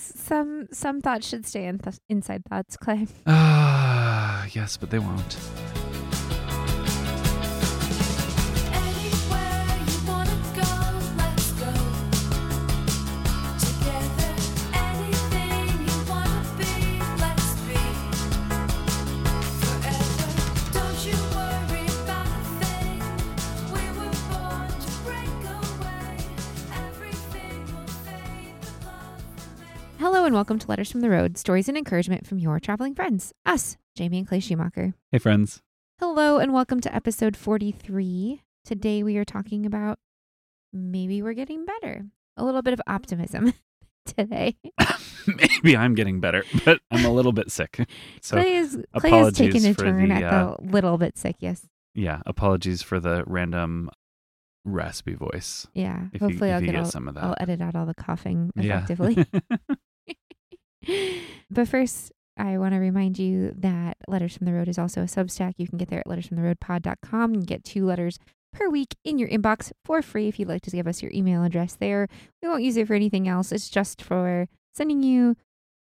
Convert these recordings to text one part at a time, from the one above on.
Some some thoughts should stay in th- inside thoughts, Clay. Ah, yes, but they won't. Anywhere you wanna go, let's go together. Anything you wanna be, let's be forever. Don't you worry about a thing. We were born to break away. Everything will fade, but love remains. Hello and welcome to Letters from the Road, stories and encouragement from your traveling friends, us, Jamie and Clay Schumacher. Hey, friends. Hello and welcome to episode 43. Today we are talking about maybe we're getting better. A little bit of optimism today. Maybe I'm getting better, but I'm a little bit sick. So, Clay is Clay is taking apologies a for turn the, at uh, the little bit sick. Yes, yeah, apologies for the random raspy voice. yeah. If Hopefully, you, if I'll you get get all, some of that. I'll edit out all the coughing Yeah. effectively. but first, I want to remind you that Letters from the Road is also a Substack. You can get there at lettersfromtheroadpod.com and get two letters per week in your inbox for free if you'd like to give us your email address there. We won't use it for anything else. It's just for sending you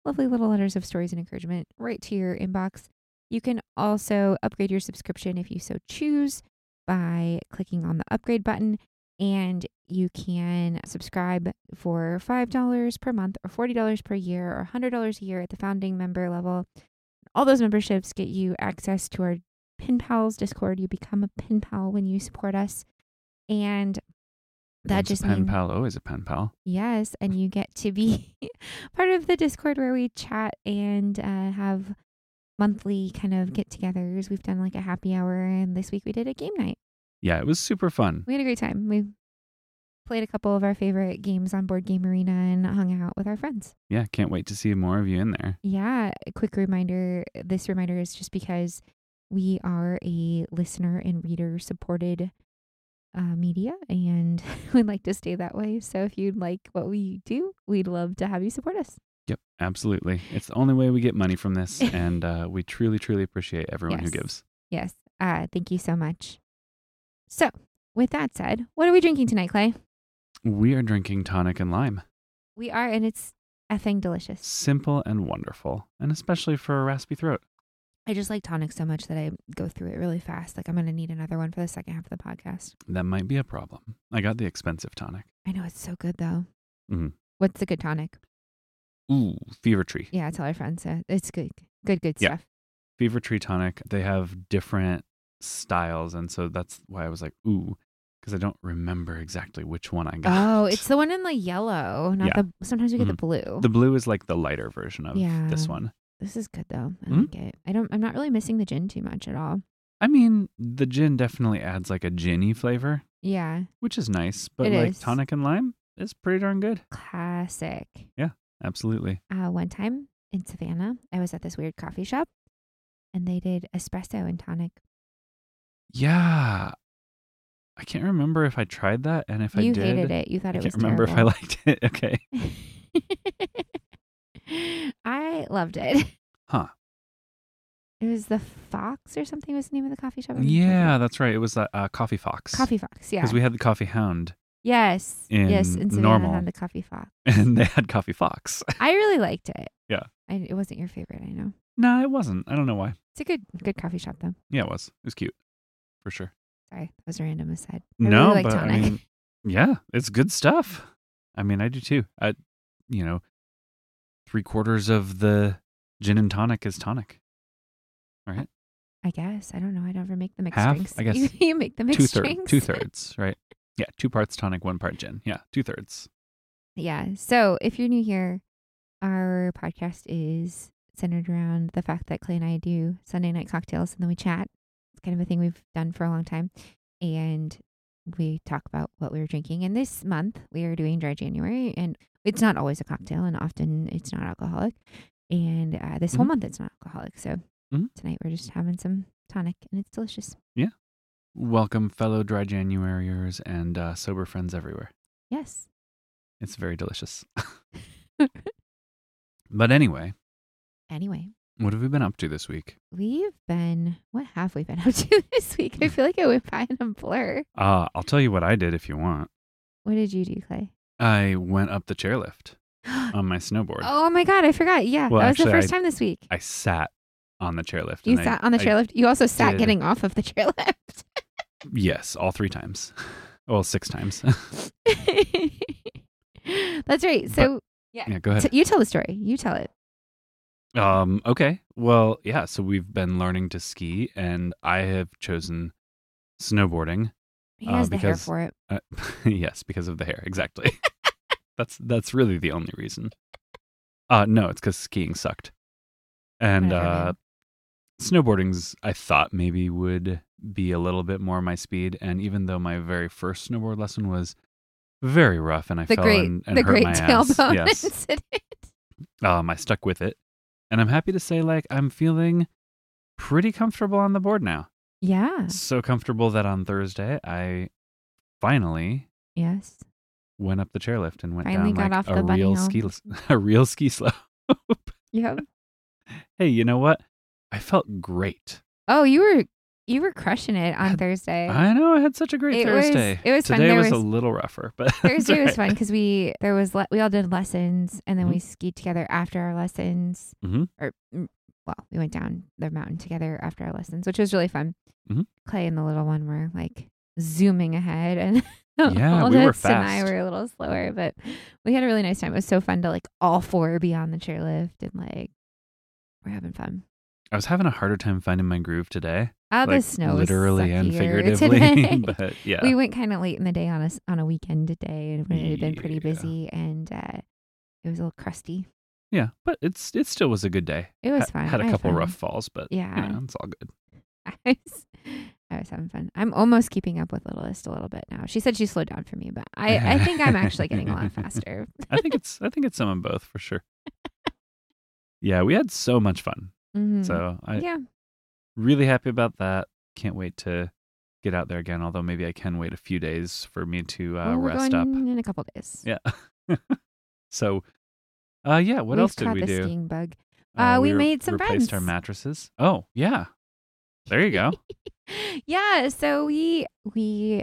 lovely little letters of stories and encouragement right to your inbox. You can also upgrade your subscription if you so choose by clicking on the upgrade button and you can subscribe for $5 per month or $40 per year or $100 a year at the founding member level. All those memberships get you access to our Pin Pals Discord. You become a Pin Pal when you support us. And that Once a just pen means pal, always a pen pal. Yes, and you get to be part of the Discord where we chat and uh, have monthly kind of get-togethers. We've done like a happy hour, and this week we did a game night. Yeah, it was super fun. We had a great time. We played a couple of our favorite games on Board Game Arena and hung out with our friends. Yeah, can't wait to see more of you in there. Yeah, a quick reminder. This reminder is just because we are a listener and reader supported uh, media and we'd like to stay that way. So if you'd like what we do, we'd love to have you support us. Yep, absolutely. It's the only way we get money from this, and uh, we truly, truly appreciate everyone who Yes. gives. Yes. Uh, thank you so much. So, with that said, what are we drinking tonight, Clay? We are drinking tonic and lime. We are, and it's effing delicious. Simple and wonderful, and especially for a raspy throat. I just like tonic so much that I go through it really fast. Like, I'm going to need another one for the second half of the podcast. That might be a problem. I got the expensive tonic. I know it's so good, though. Mhm. What's the good tonic? Ooh, Fever Tree. Yeah, tell our friends. Uh, it's good. Good, good Yeah. stuff. Fever Tree tonic. They have different styles, and so that's why I was like, ooh, because I don't remember exactly which one I got. Oh, it's the one in the yellow, not Yeah. Mm-hmm. the. Sometimes we get the blue. the blue is like the lighter version of Oh. Yeah. this one. this is good though. I Mhm. like it. I don't. I'm not really missing the gin too much at all. I mean, the gin definitely adds like a ginny flavor, Yeah, which is nice, but It like is. tonic and lime is pretty darn good. classic. Absolutely. uh, one time in Savannah, I was at this weird coffee shop and they did espresso and tonic. Yeah. I can't remember if I tried that and if I you did. hated it. You thought I it was can't remember terrible. if I liked it. Okay. I loved it. Huh. It was the Fox or something was the name of the coffee shop. I remember. Yeah, that's right. It was that uh, Coffee Fox. Coffee Fox. Yeah. Because we had the Coffee Hound yes. yes. in In Savannah normal. had the coffee fox. and they had Coffee Fox. I really liked it. Yeah. I, it wasn't your favorite. I know. no, it wasn't. I don't know why. It's a good, good coffee shop though. Yeah, it was. It was cute. For sure. Sorry, that was a random aside. I no, really like but tonic. I mean, yeah, it's good stuff. I mean, I do too. I, you know, three quarters of the gin and tonic is tonic. I guess. I don't know. I never make the mixed Half, drinks. I guess. You, you make the mixed Two thirds. drinks. Two thirds. Right. Yeah, two parts tonic, one part gin. Yeah, two thirds. Yeah. So if you're new here, our podcast is centered around the fact that Clay and I do Sunday night cocktails and then we chat. It's kind of a thing we've done for a long time. And we talk about what we were drinking. And this month we are doing Dry January. And it's not always a cocktail, and often it's not alcoholic. And uh, this whole Mhm. month it's not alcoholic. So Mhm. tonight we're just having some tonic and it's delicious. Welcome, fellow dry Januariers and uh, sober friends everywhere. Yes. It's very delicious. but anyway, Anyway, what have we been up to this week? We've been, what have we been up to this week? I feel like it went by in a blur. Uh, I'll tell you what I did if you want. What did you do, Clay? I went up the chairlift. on my snowboard. Oh my God, I forgot. Yeah, Um, Well, that was the actually, first I- time this week. I sat on the chairlift. you and I- sat on the I- chairlift. You also sat did. getting off of the chairlift. yes, all three times. Well, six times. That's right. So yeah, go ahead. t- you tell the story. You tell it. Um, okay. Well, yeah, so we've been learning to ski and I have chosen snowboarding. He Uh, has the hair because- for it. Uh, yes, because of the hair. Exactly. that's that's really the only reason. Uh no, it's cuz skiing sucked. And Whatever, uh man. snowboarding's I thought maybe would be a little bit more my speed and even though my very first snowboard lesson was very rough and I the fell great, and, and the hurt great my ass. tailbone Yes. incident. um, I stuck with it, and I'm happy to say like I'm feeling pretty comfortable on the board now. Yeah. So comfortable that on Thursday I finally Yes. went up the chairlift and went Finally down got like off a the bunny real hill. ski a real ski slope. Yep. Hey, you know what? I felt great. Oh, you were you were crushing it I- on Thursday. I know I had such a great Eh. It was- Thursday. it was fun. Today There was, a was- little rougher, but it's Thursday was all fun right. because we there was le- we all did lessons and then Mhm. we skied together after our lessons Mhm. or mm, well we went down the mountain together after our lessons which was really fun. Mhm. Clay and the little one were like zooming ahead and Yeah, all we were Dutz and I fast. were a little slower but we had a really nice time. It was so fun to like all four be on the chairlift and like we're having fun. I was having a harder time finding my groove today. Oh, the like, snow was literally and suckier figuratively. today. but yeah. we went kind of late in the day on a s- on a weekend today, and it had been pretty Yeah. busy, and uh, it was a little crusty. yeah. But it's it still was a good day. It was Ha- fun. Had I a had couple fun. rough falls, but Yeah, you know, it's all good. I was I was having fun. I'm almost keeping up with Littlest a little bit now. She said she slowed down for me, but I I think I'm actually getting a lot faster. I think it's I think it's some of both for sure. yeah, we had so much fun. Mhm. So I uh, yeah, really happy about that. Can't wait to get out there again. Although maybe I can wait a few days for me to uh, well, we're rest going up. in a couple days. Yeah. so, uh, yeah. What We've else did caught we the do? Skiing bug. Uh, Uh, we re- made some replaced our friends. mattresses. Oh yeah, there you go. yeah, so we we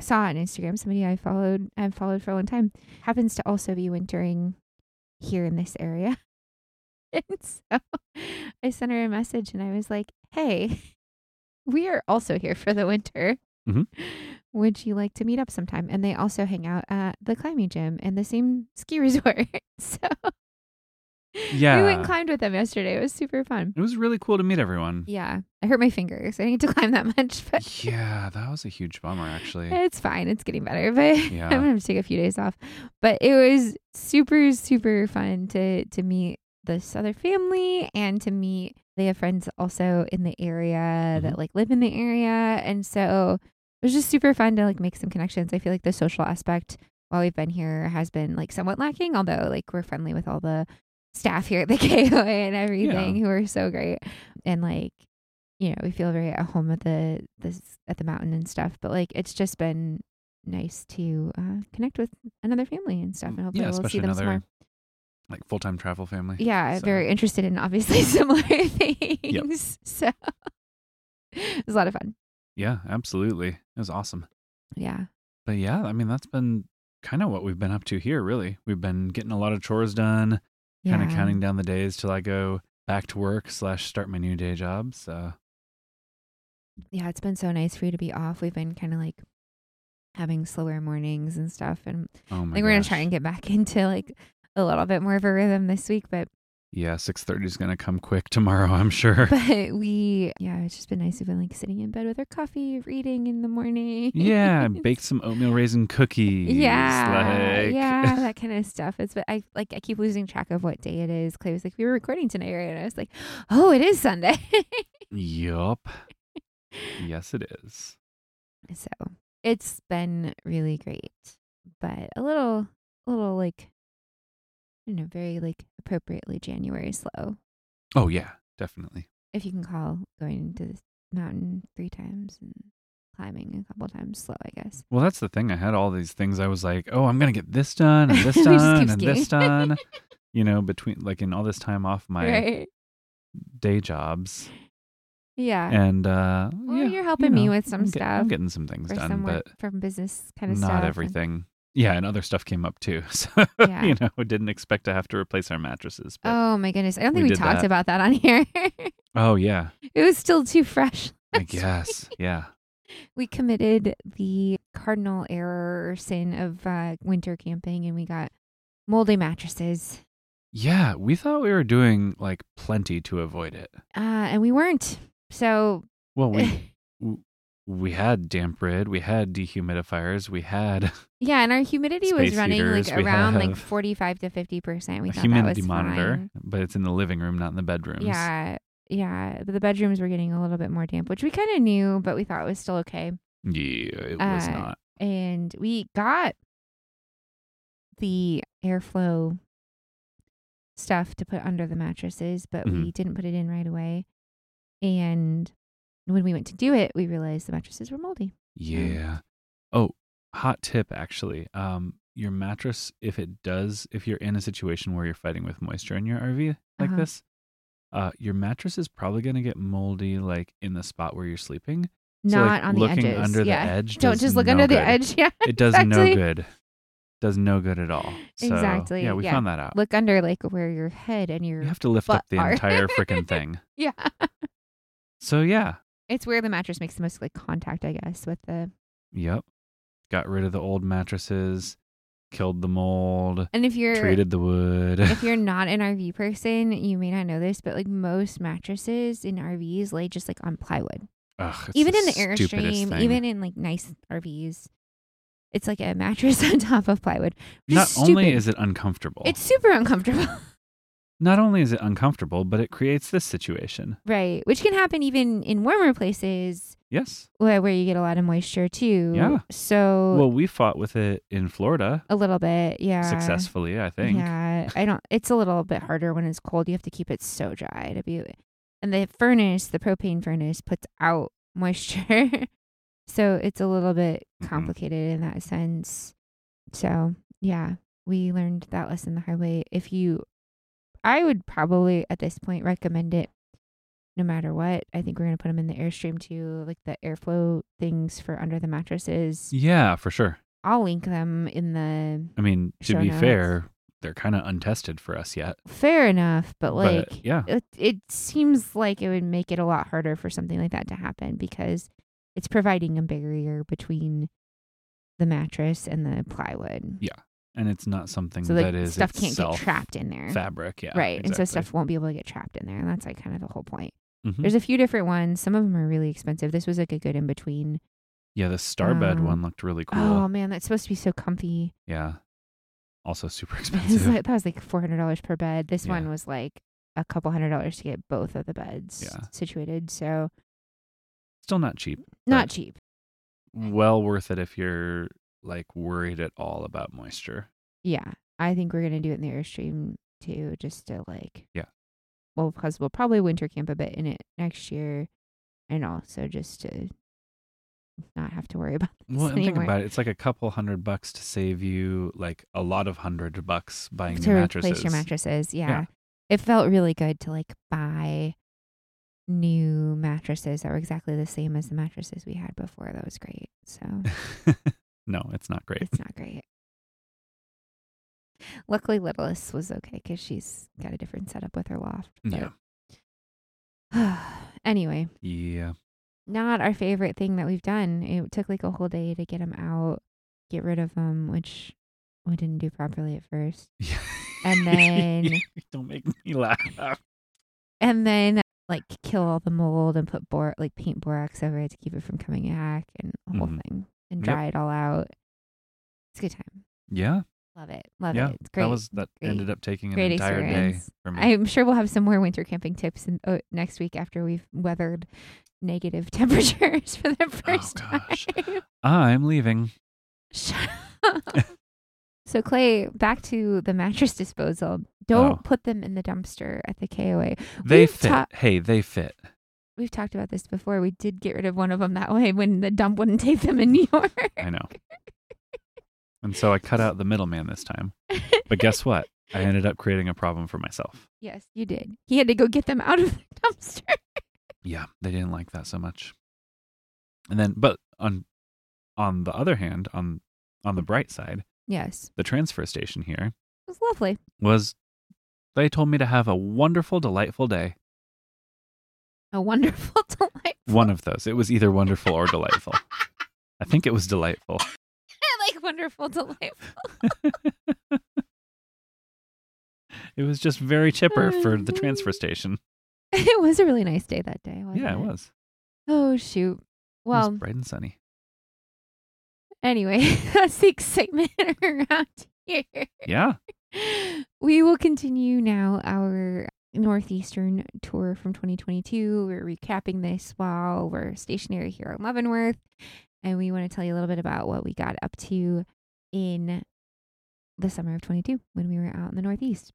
saw on Instagram somebody I followed I've followed for a long time happens to also be wintering here in this area. And so I sent her a message and I was like, "Hey, we are also here for the winter. Mhm. Would you like to meet up sometime?" And they also hang out at the climbing gym and the same ski resort. so we went Yeah. and climbed with them yesterday. It was super fun. it was really cool to meet everyone. Yeah, I hurt my fingers. I didn't get to climb that much, but yeah, that was a huge bummer actually. It's fine. It's getting better, but eh. Yeah. I'm gonna have to take a few days off. But it was super, super fun to to meet this other family and to meet they have friends also in the area that like live in the area, and so it was just super fun to like make some connections. I feel like the social aspect while we've been here has been like somewhat lacking, although like we're friendly with all the staff here at the KOA and everything who are so great and like you know we feel very at home at the this at the mountain and stuff but like it's just been nice to uh, connect with another family and stuff and hopefully Mm, yeah, we'll see especially them some another more like full time travel family. yeah So- very interested in obviously similar things so it was a lot of fun Yeah, absolutely. It was awesome. yeah But yeah, I mean, that's been kind of what we've been up to here, really. We've been getting a lot of chores done, kind of Yeah. counting down the days till I go back to work slash start my new day job. So yeah, it's been so nice for you to be off. We've been kind of like having slower mornings and stuff, and oh I my think we're gonna try and get back into like a little bit more of a rhythm this week. But yeah, six thirty is gonna come quick tomorrow, I'm sure. but we yeah, it's just been nice. We've been like sitting in bed with our coffee, reading in the morning. yeah, I baked some oatmeal raisin cookies. Yeah, like- yeah, that kind of stuff. It's but I like I keep losing track of what day it is. Clay was like, "We were recording tonight, right?" And I was like, "Oh, it is Sunday." yup. Yes, it is. So it's been really great, but a little, a little like, you know, very like appropriately January slow, Oh yeah, definitely. if you can call going to this mountain three times and climbing a couple times slow, I guess. Well, that's the thing. I had all these things. I was like, oh, I'm gonna get this done and this We just done keep and this done. You know, between like in all this time off my right. day jobs Yeah. and uh well, yeah, you're helping you me know, with some I'm get- stuff i'm getting some things for done some but work from business kind of stuff. not and- everything yeah, and other stuff came up too. So Yeah. you know, we didn't expect to have to replace our mattresses. But, Oh my goodness. I don't We think we, did talked that. about that on here. oh yeah, it was still too fresh. I guess yeah. We committed the cardinal error or sin of uh, winter camping and we got moldy mattresses. Yeah, we thought we were doing like plenty to avoid it. Uh, and we weren't. So Well, we w- we had damp rid, we had dehumidifiers, we had yeah, and our humidity was Space running heaters, like we around like have 45 to 50%. We a thought that humidity was monitor, fine. but it's in the living room, not in the bedrooms. Yeah. Yeah, but the bedrooms were getting a little bit more damp, which we kind of knew, but we thought was still okay. Yeah, it was Uh, not. and we got the airflow stuff to put under the mattresses, but Mm-hmm. we didn't put it in right away. And when we went to do it, we realized the mattresses were moldy. Mm. Yeah. Oh, hot tip actually. Um your mattress if it does if you're in a situation where you're fighting with moisture in your RV like Uh-huh. this, uh your mattress is probably going to get moldy like in the spot where you're sleeping. so, Not like, on the looking edges. under yeah. the edge. Don't does just look no under the good. edge. Yeah. It does Exactly. no good. Does no good at all. So, Exactly, Yeah, we yeah. found that out. Look under like where your head and your you have to lift up butt the are. entire freaking thing. Yeah. So yeah. It's where the mattress makes the most like contact, I guess, with the Yep. Got rid of the old mattresses, killed the mold, and if you're treated the wood. if you're not an RV person, you may not know this, but like most mattresses in RVs lay just like on plywood. Ugh, it's even in the stupidest airstream, thing. even in like nice RVs, it's like a mattress on top of plywood. Which not is only stupid. is it uncomfortable, it's super uncomfortable, not only is it uncomfortable, but it creates this situation. right? Which can happen even in warmer places Yes. where, where you get a lot of moisture too. Yeah. So Well, we fought with it in Florida a little bit, yeah. successfully, I think. Yeah, I don't. It's a little bit harder when it's cold. You have to keep it so dry to be. And the furnace, the propane furnace, puts out moisture, so it's a little bit Mhm. complicated in that sense. So yeah, we learned that lesson the hard way. If you, I would probably at this point recommend it. No matter what, I think we're gonna put them in the airstream too, like the airflow things for under the mattresses. Yeah, for sure. I'll link them in the I mean, to Show be notes. fair, they're kind of untested for us yet. fair enough, but like but yeah, it, it seems like it would make it a lot harder for something like that to happen because it's providing a barrier between the mattress and the plywood. Yeah, and it's not something So that like is stuff can't get itself trapped in there. Fabric, yeah, right. And so exactly. stuff won't be able to get trapped in there. And that's like kind of the whole point. Mhm. There's a few different ones. Some of them are really expensive. This was like a good in between. Yeah, the Starbed Um, one looked really cool. Oh man, that's supposed to be so comfy. yeah, also super It was expensive. like, that was like four hundred dollars per bed. This one Yeah. was like a couple hundred dollars to get both of the beds Yeah. situated. So Still not cheap. not cheap. Well worth it if you're like worried at all about moisture. Yeah, I think we're gonna do it in the airstream too, just to like. Yeah. Well, because we'll probably winter camp a bit in it next year, and also just to not have to worry about this Well, and think anymore. about it. It's like a couple hundred bucks to save you like a lot of hundred bucks buying to new mattresses. replace your mattresses. Yeah. Yeah. it felt really good to like buy new mattresses that were exactly the same as the mattresses we had before. That was great. So no, it's not great. it's not great. Luckily, Littlest was okay because she's got a different setup with her loft. but- Yeah. anyway, Yeah. not our favorite thing that we've done. It took like a whole day to get them out, get rid of them, which we didn't do properly at first. Yeah. And then- don't make me laugh. And then like kill all the mold and put bor like paint borax over it to keep it from coming back and the whole Mhm. thing and Yep. dry it all out. It's a good time. Yeah. Love it. Love yeah. it. It's great. That was that Great. ended up taking an Great entire day experience. for me. I'm sure we'll have some more winter camping tips in, oh, next week after we've weathered negative temperatures for the first Oh, gosh. time. I'm leaving. Shut up. so Clay, back to the mattress disposal. Don't Oh. put them in the dumpster at the KOA. They We've fit. ta- hey, they fit. We've talked about this before. We did get rid of one of them that way when the dump wouldn't take them in New York. I know. And so I cut out the middleman this time. But guess what? I ended up creating a problem for myself. yes, you did. He had to go get them out of the dumpster. Yeah, they didn't like that so much. And then but on on the other hand, on on the bright side, Yes. the transfer station here, It was lovely. was they told me to have a wonderful, delightful day. A wonderful delight. One of those. It was either wonderful or delightful. I think it was delightful. I like wonderful delightful. It was just very chipper for the transfer station. it was a really nice day that day. Wasn't Yeah, it was. Oh shoot. It was Well, bright and sunny. anyway, that's the excitement around here. Yeah. We will continue now our Northeastern tour from 2022. We're recapping this while we're stationary here at Leavenworth. And we want to tell you a little bit about what we got up to in the summer of 22 when we were out in the Northeast.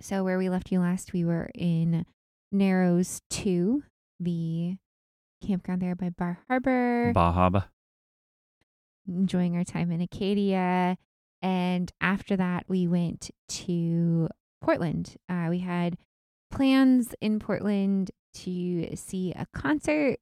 So, where we left you last, we were in Narrows 2, the campground there by Bar Harbor Bahaba. enjoying our time in Acadia. And after that, we went to Portland. Uh, we had plans in Portland to see a concert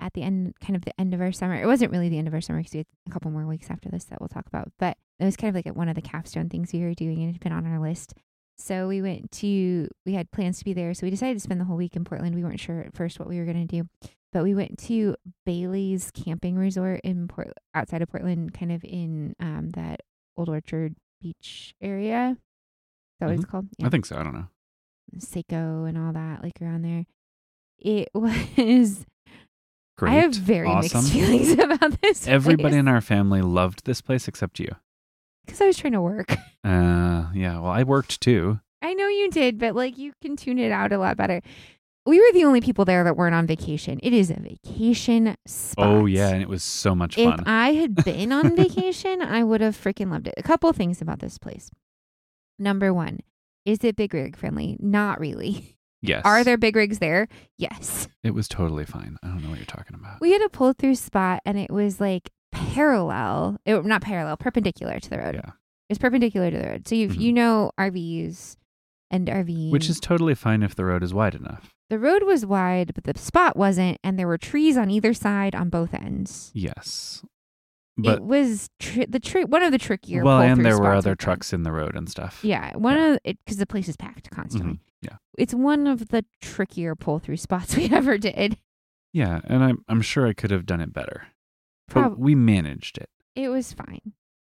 at the end, kind of the end of our summer. It wasn't really the end of our summer because we had a couple more weeks after this that we'll talk about, but it was kind of like one of the capstone things we were doing and it had been on our list. So we went to, we had plans to be there. So we decided to spend the whole week in Portland. We weren't sure at first what we were going to do, but we went to Bailey's Camping Resort in Port outside of Portland, kind of in um, that Old Orchard Beach area. Is that what it's called? Yeah. I think so. I don't know. Seiko and all that, like around there. It was. Great. I have very awesome. mixed feelings about this. Everybody in our family loved this place except you. because I was trying to work. Uh, yeah. Well, I worked too. I know you did, but like you can tune it out a lot better. We were the only people there that weren't on vacation. It is a vacation spot. Oh yeah, and it was so much If fun. I had been on vacation, I would have freaking loved it. A couple things about this place. Number one, is it big rig friendly? Not really. yes. Are there big rigs there? Yes. It was totally fine. I don't know what you're talking about. We had a pull through spot and it was like parallel, it, not parallel, perpendicular to the road. yeah. It's perpendicular to the road. So you Mhm. you know RVs and RV, Which is totally fine if the road is wide enough. the road was wide, but the spot wasn't, and there were trees on either side on both ends. Yes. But it was tr- the tri- one of the trickier. well, and pull-through there were spots other we've done. trucks in the road and stuff. Yeah, one Yeah. of it because the place is packed constantly. Mhm. Yeah. It's one of the trickier pull through spots we ever did. Yeah, and I'm I'm sure I could have done it better. Prob- But we managed it. it was fine.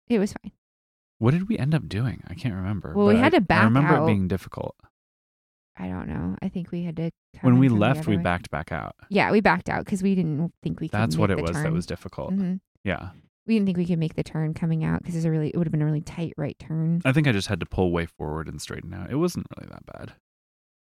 It was fine. What did we end up doing? I can't remember. Well, we but had to I, back I remember out. it being difficult. I don't know. I think we had to. come When in we from the left, other we way. backed back out. Yeah, we backed out because we didn't think we. could That's make what it the was that turn. was difficult. Mhm. Yeah. We didn't think we could make the turn coming out because it's a really it would have been a really tight right turn. I think I just had to pull way forward and straighten out. It wasn't really that bad.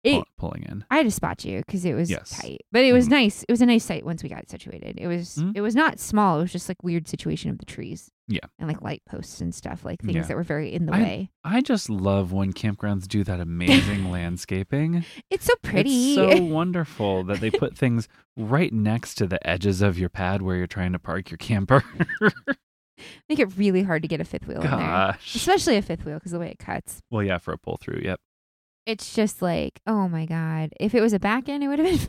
It Pull- pulling in. I had to spot you because it was Yes. tight, but it was Mhm. nice. It was a nice sight once we got it situated. It was Mhm. it was not small. It was just like weird situation of the trees. Yeah. and like light posts and stuff, like things Yeah. that were very in the I- way. I just love when campgrounds do that amazing landscaping. It's so pretty. It's so wonderful that they put things right next to the edges of your pad where you're trying to park your camper. Make it really hard to get a fifth wheel in there, Gosh. especially a fifth wheel because the way it cuts. Well, yeah, for a pull through. Yep. It's just like oh my god. If it was a back end, it would have been.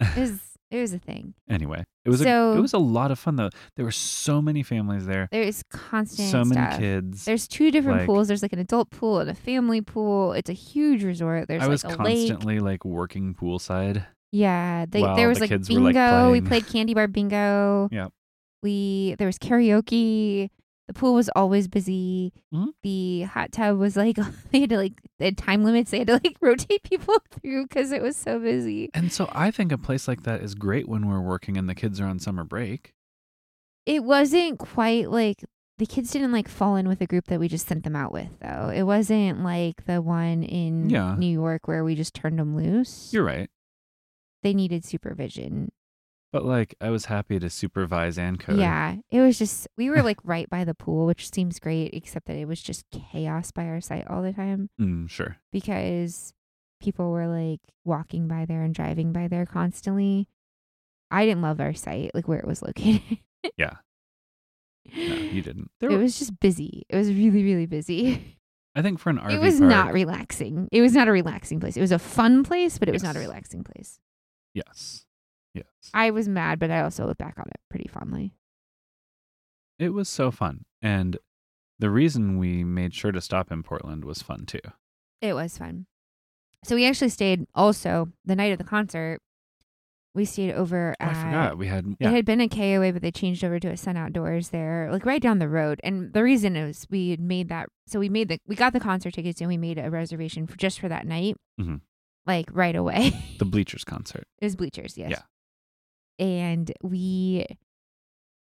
it was it was a thing. Anyway, it was a, So- it was a lot of fun though. There were so many families there, There is constant so many stuff. kids. There's two different like- pools. There's like an adult pool and a family pool. It's a huge resort. There's I was like a lake. constantly like working poolside. Yeah, they, Wow, there was the like kids were, bingo. like, we playing. played candy bar bingo. Yep. We there was karaoke. The pool was always busy. Mhm. The hot tub was like they had to like they had time limits. They had to like rotate people through because it was so busy. And so I think a place like that is great when we're working and the kids are on summer break. It wasn't quite like the kids didn't like fall in with the group that we just sent them out with though. It wasn't like the one in Yeah. New York where we just turned them loose. You're right. they needed supervision. But like I was happy to supervise and code. Yeah, it was just we were like right by the pool, which seems great, except that it was just chaos by our site all the time Mm, sure. because people were like walking by there and driving by there constantly. I didn't love our site, like where it was located. Yeah. No, you didn't. There It were- was just busy. It was really, really busy. I think for an RV it was park, not relaxing. It was not a relaxing place. It was a fun place, but it was not a Yes. relaxing place. Yes. Yes. I was mad, but I also look back on it pretty fondly. it was so fun. And The reason we made sure to stop in Portland was fun too. It was fun. So we actually stayed also the night of the concert. We stayed over Oh, I at forgot we had It yeah. had been a KOA, but they changed over to a Sun Outdoors there, like right down the road. And the reason is we had made that, so we made the, we got the concert tickets and we made a reservation for just for that night, Mhm. like right away. the bleachers concert. it was bleachers, yes. And we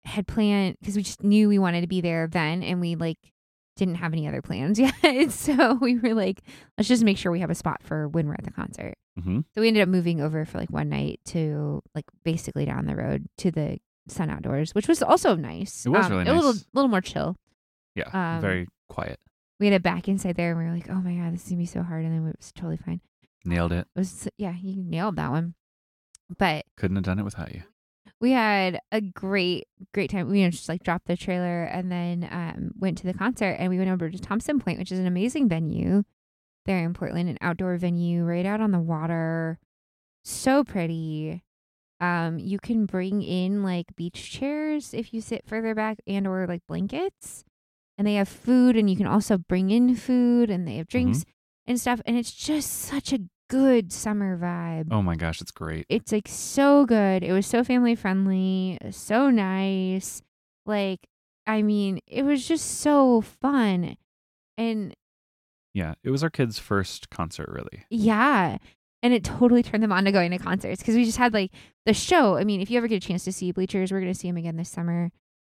had planned because we just knew we wanted to be there then, and we like didn't have any other plans yet. so we were like, let's just make sure we have a spot for when we're at the concert. hmm So we ended up moving over for like one night to like basically down the road to the Sun Outdoors, which was also nice. Um, It was really A little nice. little more chill. Yeah, Um, very quiet. We had a back inside there, and we were like, "Oh my god, this is gonna be so hard," and then it was totally fine. Nailed it. It was yeah, you nailed that one. But Couldn't have done it without you. we had a great great time. We you know, just like dropped the trailer and then um, went to the concert, and we went over to Thompson Point, which is an amazing venue there in Portland, an outdoor venue right out on the water, so pretty. Um, you can bring in like beach chairs if you sit further back and or like blankets. And they have food and you can also bring in food and they have drinks and stuff and it's just such a good summer vibe Oh my gosh, it's great. it's like so good. It was so family friendly, so nice. Like, I mean, it was just so fun. And Yeah, it was our kids' first concert, really. yeah, and it totally turned them on to going to concerts because we just had like the show. I mean, if you ever get a chance to see Bleachers, we're going to see them again this summer.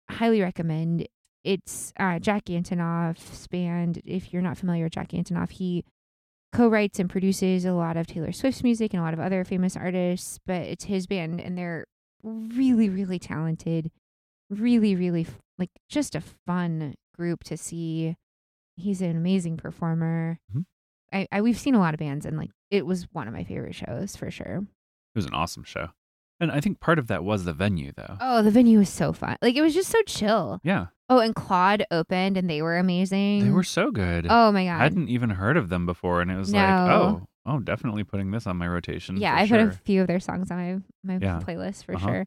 Highly recommend. It's uh, Jack Antonoff's band. If you're not familiar with Jack Antonoff, he co-writes and produces a lot of Taylor Swift's music and a lot of other famous artists, but it's his band and they're really really talented. Really really f- like just a fun group to see. He's an amazing performer. Mhm. I, I we've seen a lot of bands and like it was one of my favorite shows for sure. It was an awesome show. And I think part of that was the venue, though. Oh, the venue was so fun. Like it was just so chill. Yeah, Oh, and Claude opened and they were amazing. they were so good. Oh my I god. hadn't even heard of them before, and it was like, oh, No. oh, definitely putting this on my rotation. Yeah, for I've sure. heard a few of their songs on my my Yeah. playlist for Uh-huh. sure.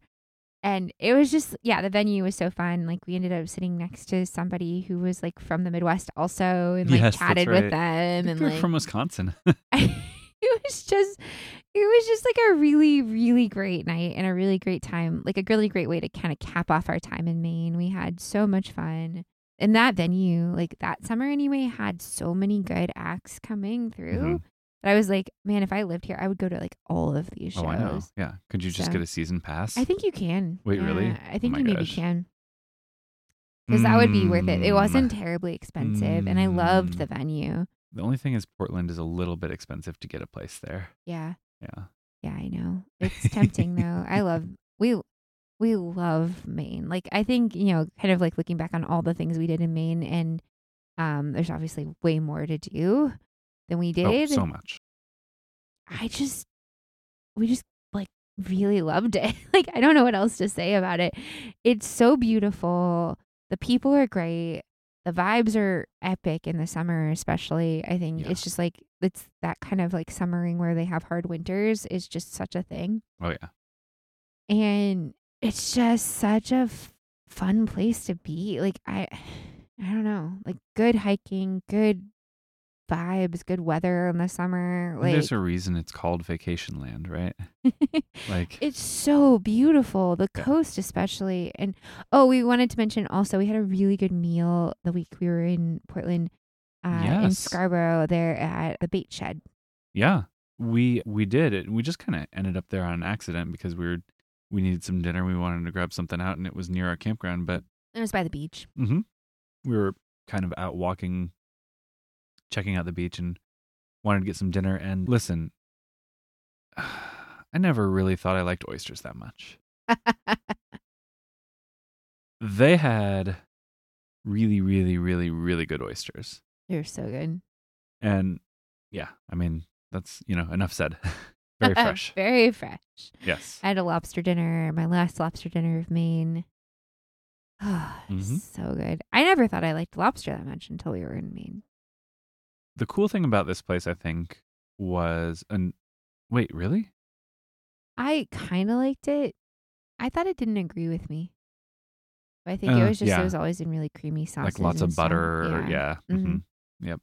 And it was just yeah, the venue was so fun. Like we ended up sitting next to somebody who was like from the Midwest also and like Yes, that's chatted right. with them and They're like from Wisconsin. it was just it was just like a really really great night and a really great time like a really great way to kind of cap off our time in maine we had so much fun and that venue like that summer anyway had so many good acts coming through Mhm. that i was like man if i lived here i would go to like all of these shows oh, I know. Yeah, could you just So- get a season pass? I think you can Wait, really? Oh Yeah, i think my you maybe gosh. can because that would be worth it it Mm. wasn't terribly expensive and i loved the venue The only thing is, Portland is a little bit expensive to get a place there. yeah Yeah. Yeah, I know. It's tempting though. I love we we love Maine. Like I think, you know, kind of like looking back on all the things we did in Maine and um there's obviously way more to do than we Oh, did. so much. I just we just like really loved it. Like I don't know what else to say about it. It's so beautiful. The people are great. The vibes are epic in the summer, especially. I think Yeah. it's just like it's that kind of like summering where they have hard winters is just such a thing Oh yeah. and it's just such a f- fun place to be like i i don't know like good hiking good vibes good weather in the summer And like There's a reason it's called Vacation Land, right? Like, it's so beautiful the Yeah. coast especially and oh we wanted to mention also we had a really good meal the week we were in portland uh, in Yes. scarborough there at the bait shed yeah, we we did it. We just kind of ended up there on accident because we were we needed some dinner. We wanted to grab something out, and it was near our campground, but it was by the beach Mm-hmm. We were kind of out walking, checking out the beach, and wanted to get some dinner. And listen, I never really thought I liked oysters that much. They had really, really, really, really good oysters. they were so good And yeah, I mean, that's, you know, enough said. Very fresh. very fresh Yes. I had a lobster dinner, my last lobster dinner of Maine. Mhm. So good. I never thought I liked lobster that much until we were in Maine. The cool thing about this place, I think, was an. Wait, really? I kind of liked it. I thought it didn't agree with me. But I think it Uh, was just yeah. it was always in really creamy sauce, like lots of butter. or- yeah. Mm-hmm. hmm Yep.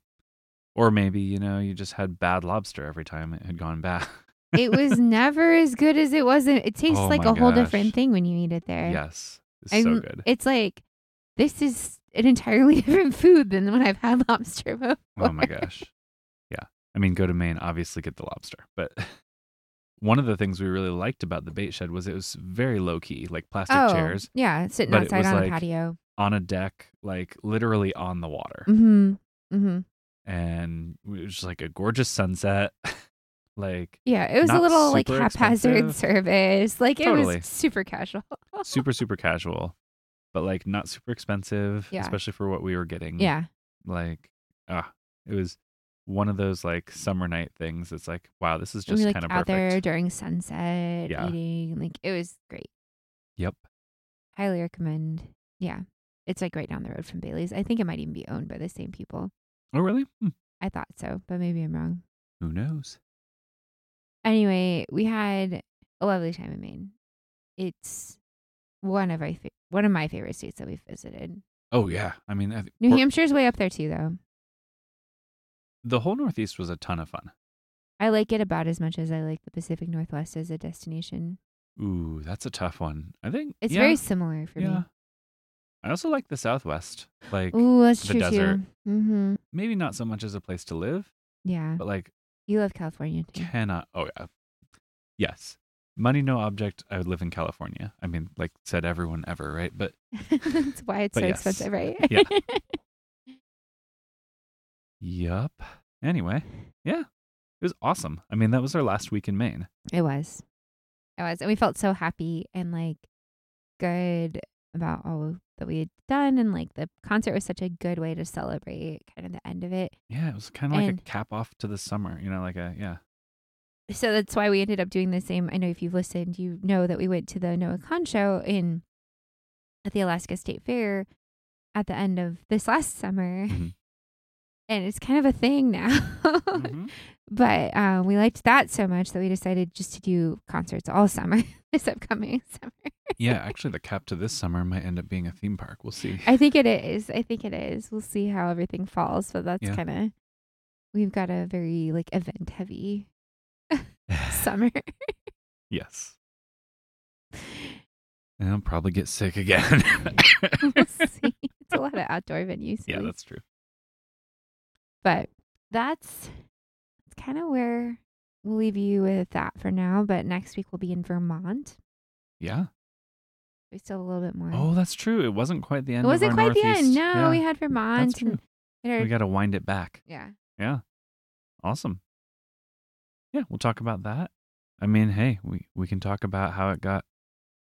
Or maybe you know you just had bad lobster every time it had gone bad. it was never as good as it was. in- It tastes Oh like a my whole gosh. different thing when you eat it there. yes, it's I'm- so good. It's like this is an entirely different food than when I've had lobster before. Oh my gosh. Yeah. I mean, go to Maine, obviously get the lobster. But one of the things we really liked about the bait shed was it was very low key, like plastic Oh, chairs yeah, sitting But it outside was on a like- patio. on a deck, like literally on the water. Mm-hmm. Mm-hmm. And it was just like a gorgeous sunset. like Yeah, it was a Not little like super haphazard expensive. service. Like it Totally. was super casual. super, super casual, but like not super expensive, Yeah. especially for what we were getting. yeah. Like, ah, it was one of those like summer night things. It's like, wow, this is And just we, like kind of out perfect. there during sunset, Yeah. eating. Like it was great. Yep. Highly recommend. Yeah. It's like right down the road from Bailey's. I think it might even be owned by the same people. Oh, really? Hmm. I thought so, but maybe I'm wrong. Who knows? Anyway, we had a lovely time in Maine. It's one of my fa- one of my favorite states that we've visited. Oh yeah, I mean, I th- New Port- Hampshire's way up there too, though. the whole Northeast was a ton of fun. I like it about as much as I like the Pacific Northwest as a destination. Ooh, that's a tough one. I think It's yeah, very similar for yeah. I also like the Southwest, like me. Ooh, that's the true desert. too. Mm-hmm. maybe not so much as a place to live, Yeah, but like you love California too. cannot. Oh yeah, yes, money no object. I would live in California. I mean, like said everyone ever, right? But that's why it's But so yes. expensive, right? Yeah. yup. Anyway, yeah, it was awesome. I mean, that was our last week in Maine. it was, it was, and we felt so happy and like good about all that we had done, and like the concert was such a good way to celebrate kind of the end of it. Yeah, it was kind of like a And- cap off to the summer. You know, like a yeah. so that's why we ended up doing the same. I know if you've listened, you know that we went to the Noah Khan show in at the Alaska State Fair at the end of this last summer. Mhm. And it's kind of a thing now. Oh. Mhm. But um, we liked that so much that we decided just to do concerts all summer, this upcoming summer. Yeah, actually, the cap to this summer might end up being a theme park. We'll see. I think it is. I think it is. We'll see how everything falls. But that's Yeah. kind of, we've got a very like event heavy summer. Yes. And I'll probably get sick again. we'll see. It's a lot of outdoor venues. yeah, really. that's true. but that's that's kind of where we'll leave you with that for now. But next week we'll be in Vermont. Yeah. We still have a little bit more. Oh, that's true. It wasn't quite the end. it wasn't of quite our the end. Northeast. No, Yeah, we had Vermont. that's true. and- and our- We got to wind it back. yeah, Awesome. Yeah, we'll talk about that. I mean, hey, we we can talk about how it got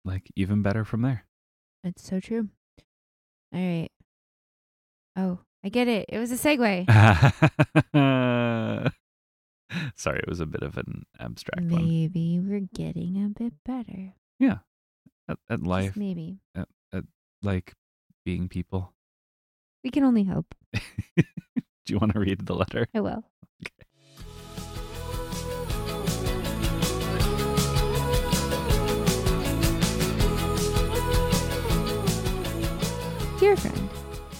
like even better from there. that's so true. All right. Oh, I get it. It was a segue. Sorry, it was a bit of an abstract one. Maybe we're getting a bit better. At, at Just life, maybe. like being people. We can only hope. Do you want to read the letter? I will. Dear friend,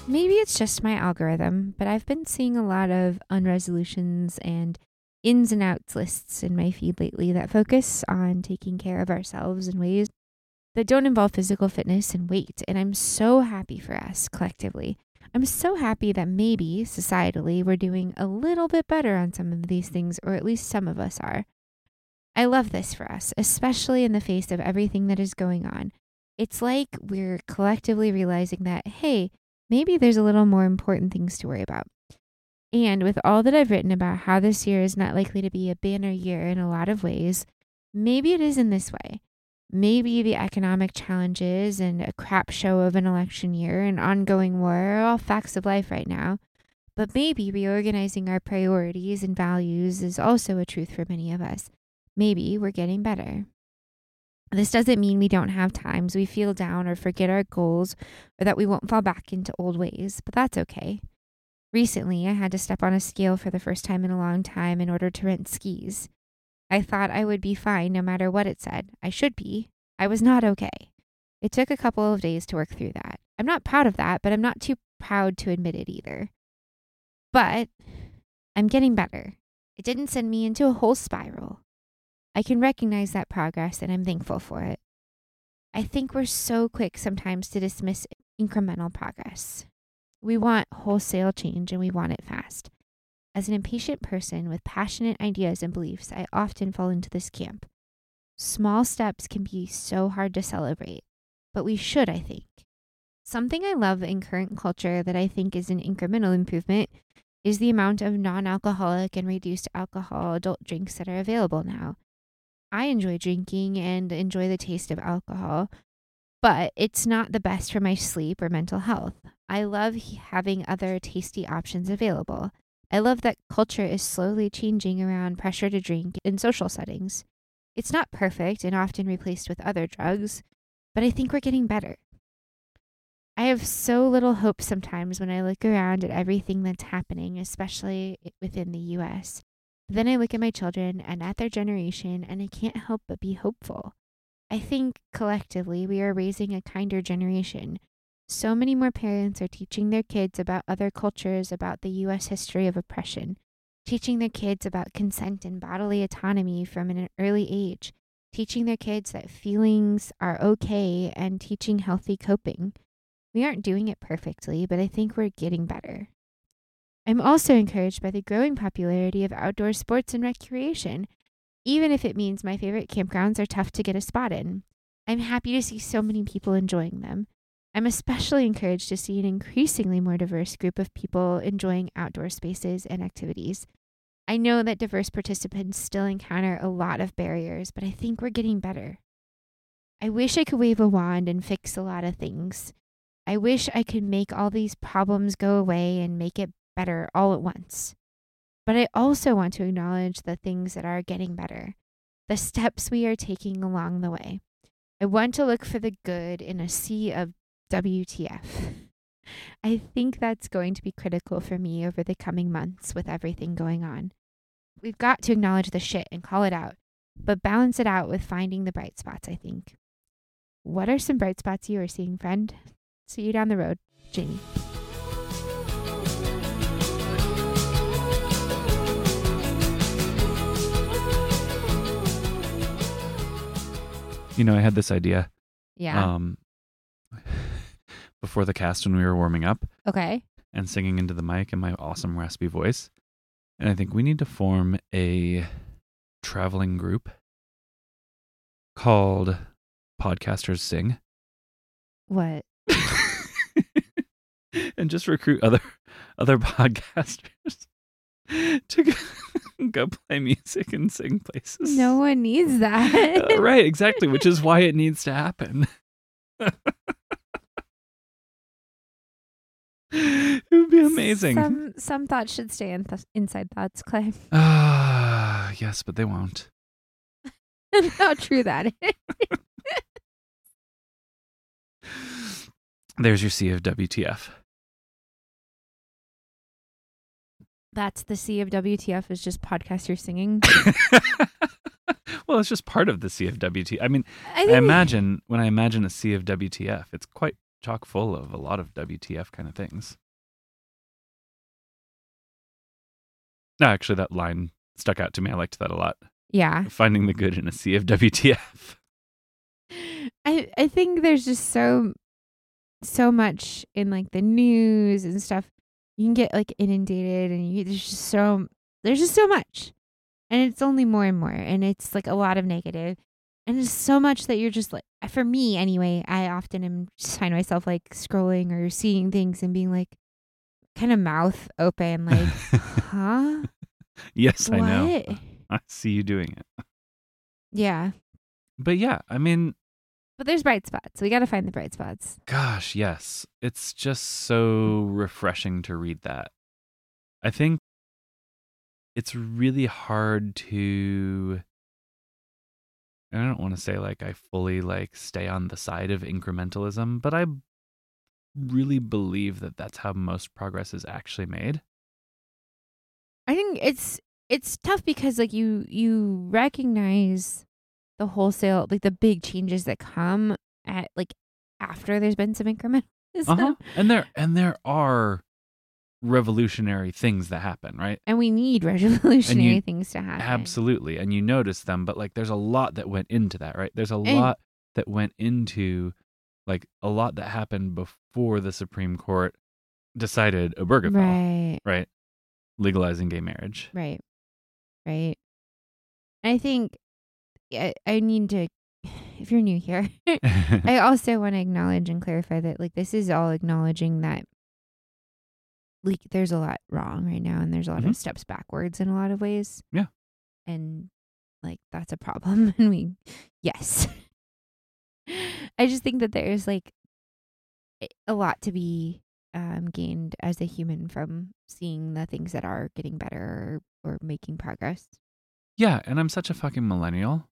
maybe it's just my algorithm, but I've been seeing a lot of unresolutions and ins and outs lists in my feed lately that focus on taking care of ourselves in ways that don't involve physical fitness and weight. And I'm so happy for us collectively. I'm so happy that maybe societally we're doing a little bit better on some of these things, or at least some of us are. I love this for us, especially in the face of everything that is going on. It's like we're collectively realizing that, hey, maybe there's a little more important things to worry about. And with all that I've written about how this year is not likely to be a banner year in a lot of ways, maybe it is in this way. Maybe the economic challenges and a crap show of an election year and ongoing war are all facts of life right now. But maybe reorganizing our priorities and values is also a truth for many of us. Maybe we're getting better. This doesn't mean we don't have times we feel down or forget our goals or that we won't fall back into old ways, but that's okay. Recently, I had to step on a scale for the first time in a long time in order to rent skis. I thought I would be fine no matter what it said. I should be. I was not okay. It took a couple of days to work through that. I'm not proud of that, but I'm not too proud to admit it either. But I'm getting better. It didn't send me into a whole spiral. I can recognize that progress and I'm thankful for it. I think we're so quick sometimes to dismiss incremental progress. We want wholesale change and we want it fast. As an impatient person with passionate ideas and beliefs, I often fall into this camp. Small steps can be so hard to celebrate, but we should, I think. Something I love in current culture that I think is an incremental improvement is the amount of non alcoholic and reduced alcohol adult drinks that are available now. I enjoy drinking and enjoy the taste of alcohol, but it's not the best for my sleep or mental health. I love he- having other tasty options available. I love that culture is slowly changing around pressure to drink in social settings. It's not perfect and often replaced with other drugs, but I think we're getting better. I have so little hope sometimes when I look around at everything that's happening, especially i- within the US. But then I look at my children and at their generation, and I can't help but be hopeful. I think collectively we are raising a kinder generation. So many more parents are teaching their kids about other cultures, about the US history of oppression, teaching their kids about consent and bodily autonomy from an early age, teaching their kids that feelings are okay, and teaching healthy coping. We aren't doing it perfectly, but I think we're getting better. I'm also encouraged by the growing popularity of outdoor sports and recreation, even if it means my favorite campgrounds are tough to get a spot in. I'm happy to see so many people enjoying them. I'm especially encouraged to see an increasingly more diverse group of people enjoying outdoor spaces and activities. I know that diverse participants still encounter a lot of barriers, but I think we're getting better. I wish I could wave a wand and fix a lot of things. I wish I could make all these problems go away and make it better all at once. But I also want to acknowledge the things that are getting better, the steps we are taking along the way. I want to look for the good in a sea of WTF. I think that's going to be critical for me over the coming months with everything going on. We've got to acknowledge the shit and call it out, but balance it out with finding the bright spots, I think. What are some bright spots you are seeing, friend? See you down the road, Jamie. Uh, You know, I had this idea Yeah. um, before the cast when we were warming up okay. and singing into the mic in my awesome raspy voice. And I think we need to form a traveling group called Podcasters Sing What? and just recruit other other podcasters to go, go play music and sing places. No one needs that. Uh, right, exactly, which is why it needs to happen. it would be amazing. Some some thoughts should stay in th- inside thoughts, Clay. Ah, yes, but they won't. How true that is. There's your C of WTF. That's the C of WTF is just podcast you're singing. well, it's just part of the C of WTF. I mean, I I think imagine when I imagine a sea of WTF, it's quite chock full of a lot of WTF kind of things. No, actually, that line stuck out to me. I liked that a lot. yeah. Finding the good in a sea of WTF. I I think there's just so so much in like the news and stuff. You can get like inundated and you there's just so there's just so much. And it's only more and more and it's like a lot of negative. And it's so much that you're just like for me anyway, I often am just find myself like scrolling or seeing things and being like kind of mouth open like huh? yes, I know. What? I see you doing it. Yeah. But yeah, I mean, But there's bright spots. We got to find the bright spots. gosh, yes. It's just so refreshing to read that. I think it's really hard to and I don't want to say like I fully like stay on the side of incrementalism, but I really believe that that's how most progress is actually made. I think it's it's tough because like you you recognize the wholesale like the big changes that come at like after there's been some incremental So- Uh-huh. And there and there are revolutionary things that happen, right? And we need revolutionary you- things to happen. Absolutely. And you notice them, but like there's a lot that went into that, right? There's a And- lot that went into like a lot that happened before the Supreme Court decided Obergefell, right. Right. Legalizing gay marriage. Right. Right. I think I, I need to, if you're new here, I also want to acknowledge and clarify that, like, this is all acknowledging that, like, there's a lot wrong right now, and there's a lot Mhm. of steps backwards in a lot of ways. Yeah. And, like, that's a problem. And we, yes. I just think that there's, like, a- a lot to be um, gained as a human from seeing the things that are getting better or, or making progress. yeah, and I'm such a fucking millennial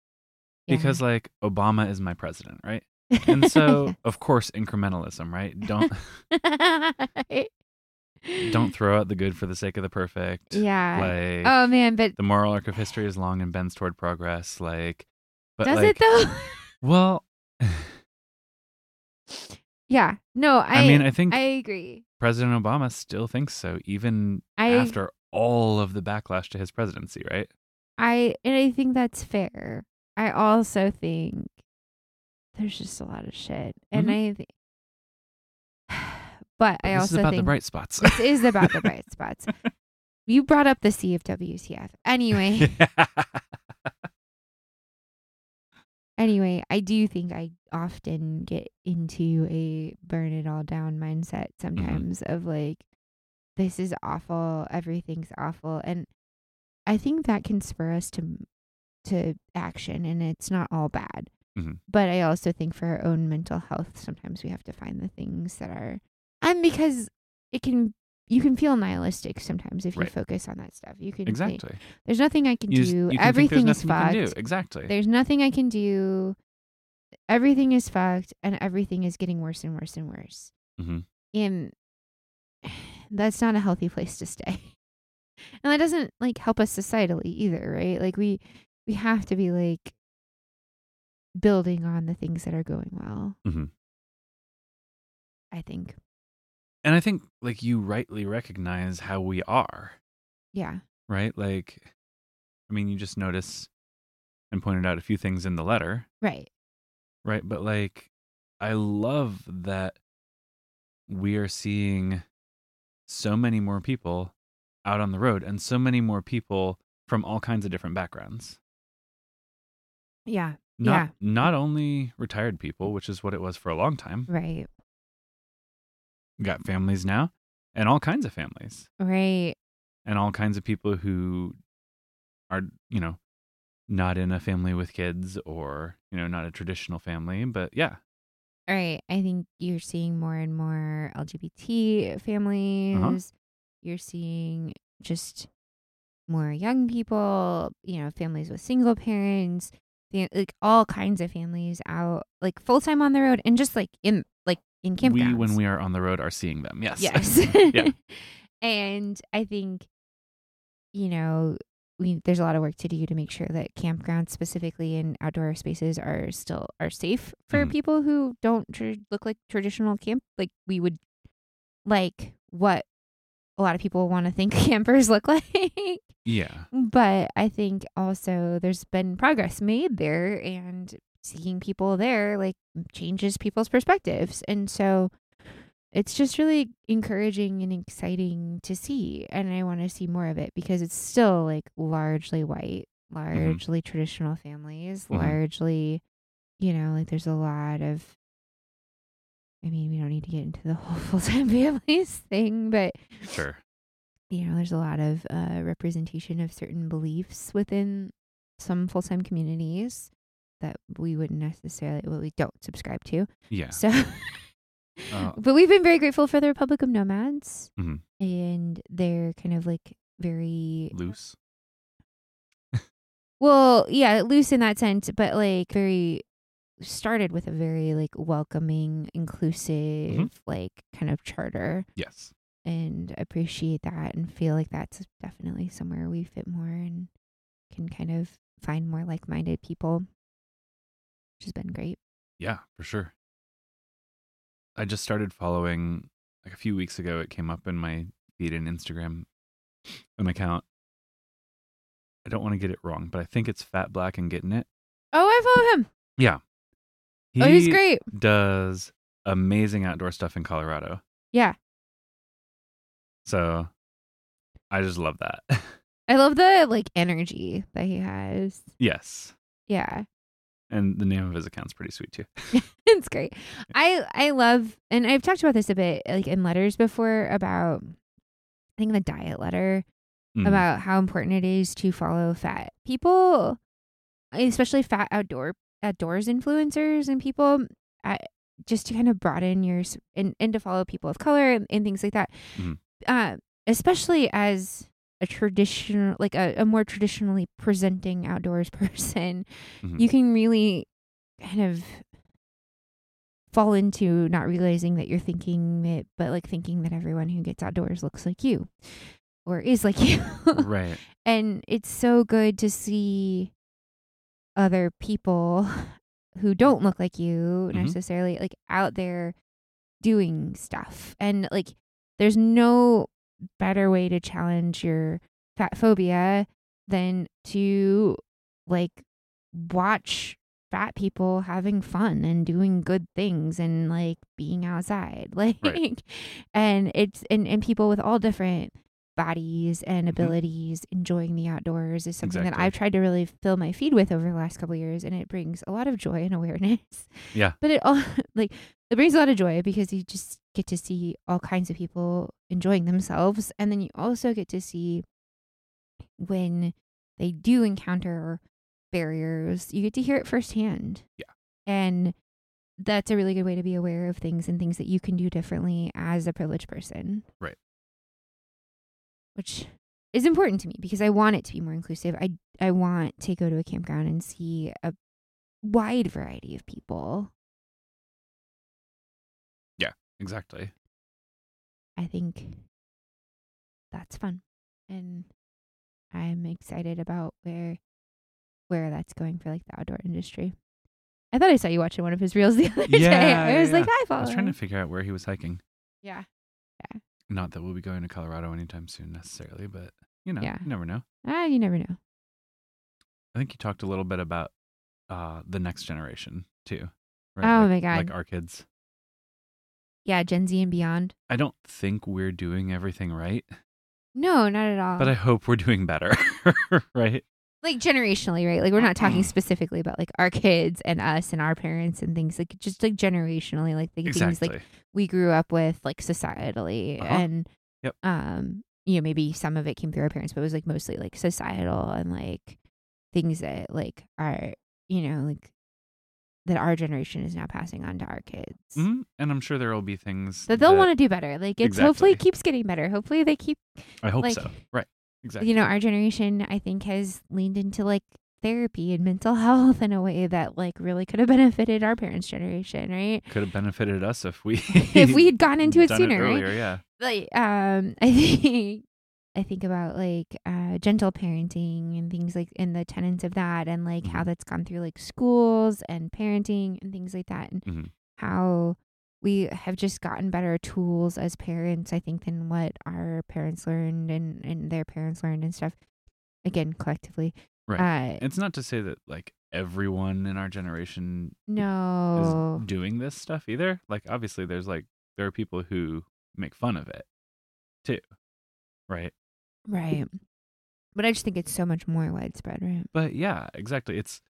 Yeah. because like Obama is my president, right? And so, of course, incrementalism, right? Don't don't throw out the good for the sake of the perfect. Yeah. Like Oh man, but the moral arc of history is long and bends toward progress. Like, but does like, it though? Well, yeah. No, I. I, mean, I think I agree. President Obama still thinks so, even I after all of the backlash to his presidency, right? I and I think that's fair. I also think there's just a lot of shit, and I. Th- but Mm-hmm. But I this also is about think the bright spots. this is about the bright spots. You brought up the CFWCF. Anyway, anyway, I do think I often get into a burn it all down mindset Mm-hmm. sometimes of like, this is awful, everything's awful, and I think that can spur us to to action, and it's not all bad. Mhm. But I also think for our own mental health, sometimes we have to find the things that are, and because it can, you can feel nihilistic sometimes if you Right. focus on that stuff. You can think, exactly. There's nothing I can You, s- you do. can Everything think is there's nothing fucked. you can do. Exactly. There's nothing I can do. Everything is fucked, and everything is getting worse and worse and worse. Mhm. And that's not a healthy place to stay. And that doesn't like help us societally either, right? Like we we have to be like building on the things that are going well. Mhm. I think, and I think, like, you rightly recognize how we are, yeah, right? Like, I mean, you just notice and pointed out a few things in the letter right, Right. But like, I love that we are seeing so many more people out on the road and so many more people from all kinds of different backgrounds. yeah, Not, Yeah. not only retired people, which is what it was for a long time, right, we got families now and all kinds of families right, and all kinds of people who are, you know, not in a family with kids or, you know, not a traditional family. But yeah. Right. I think you're seeing more and more Uh-huh. LGBT families. You're seeing just more young people, you know, families with single parents, fam- like all kinds of families out, like full time on the road and just like in, like in campgrounds. We, when we are on the road, are seeing them. Yes. Yes. Yeah. And I think, you know, we there's a lot of work to do to make sure that campgrounds specifically and outdoor spaces are still are safe for Mhm. people who don't tr- look like traditional camp like we would like what a lot of people want to think campers look like. yeah. But I think also there's been progress made there and seeing people there like changes people's perspectives. And so it's just really encouraging and exciting to see. And I want to see more of it because it's still like largely white, largely traditional families, Mhm. largely, you know, like there's a lot of. I mean, we don't need to get into the whole full time families thing, but Sure. you know, there's a lot of uh, representation of certain beliefs within some full time communities that we wouldn't necessarily, well, we don't subscribe to. Yeah. So, Uh, but we've been very grateful for the Republic of Nomads Mhm. and they're kind of like very Loose. well, yeah, loose in that sense, but like very started with a very like Mm-hmm. welcoming, inclusive, like kind of charter. Yes. and appreciate that and feel like that's definitely somewhere we fit more and can kind of find more like minded people, which has been great. Yeah, for sure. I just started following like a few weeks ago. It came up in my feed and Instagram, an account. I don't want to get it wrong, but I think it's Fat Black and Getting It. Oh, I follow him. He oh, he's great. does amazing outdoor stuff in Colorado. Yeah. So I just love that. I love the like energy that he has. yes. Yeah. And the name of his account's pretty sweet too. it's great. I I love and I've talked about this a bit like in letters before about I think the diet letter Mm. about how important it is to follow fat people, especially fat outdoor outdoors influencers and people, I, just to kind of broaden your s- and and to follow people of color and, and things like that. Mhm. Uh, especially as a traditional, like a, a more traditionally presenting outdoors person, Mhm. you can really kind of fall into not realizing that you're thinking it, but like thinking that everyone who gets outdoors looks like you or is like you. right. and it's so good to see other people who don't look like you Mhm. necessarily like out there doing stuff and like there's no better way to challenge your fat phobia than to like watch fat people having fun and doing good things and like being outside like Right. and it's and and people with all different bodies and Mhm. abilities enjoying the outdoors is something that Exactly. I've tried to really fill my feed with over the last couple of years and it brings a lot of joy and awareness. Yeah. But it all like it brings a lot of joy because you just get to see all kinds of people enjoying themselves and then you also get to see when they do encounter barriers, you get to hear it firsthand. Yeah. And that's a really good way to be aware of things and things that you can do differently as a privileged person. Right. Which is important to me because I want it to be more inclusive. I I want to go to a campground and see a wide variety of people. Exactly. I think that's fun. And I'm excited about where where that's going for like the outdoor industry. I thought I saw you watching one of his reels the other day. Yeah, I yeah, was like, yeah. I follow. I was trying to him." figure out where he was hiking. yeah. Not that we'll be going to Colorado anytime soon necessarily, but you know, Yeah. you never know. Ah, you never know. I think you talked a little bit about uh the next generation too. Oh like, my God. Like our kids. Yeah, Gen Z and beyond. I don't think we're doing everything right, No, not at all. but I hope we're doing better. right? like generationally, right? Like we're not Mm-hmm. talking specifically about like our kids and us and our parents and things like just like generationally, like the things Exactly. like we grew up with like societally Uh-huh. and Yep. um you know maybe some of it came through our parents but it was like mostly like societal and like things that like are you know like that our generation is now passing on to our kids Mhm. And I'm sure there will be things that they'll want to do better like it's hopefully it Exactly. keeps getting better hopefully they keep I hope like- so. Right. Exactly. you know our generation i think has leaned into like therapy and mental health in a way that like really could have benefited our parents generation right Could have benefited us if we if we had gone into it done sooner right earlier, yeah. like um i think i think about like uh gentle parenting and things like and the tenets of that and like how Mhm. that's gone through like schools and parenting and things like that and Mhm. how we have just gotten better tools as parents i think than what our parents learned and and their parents learned and stuff again collectively uh It's not to say that like everyone in our generation no is doing this stuff either. Like obviously there's like there are people who make fun of it too. Right? right but i just think it's so much more widespread right But yeah, exactly. It's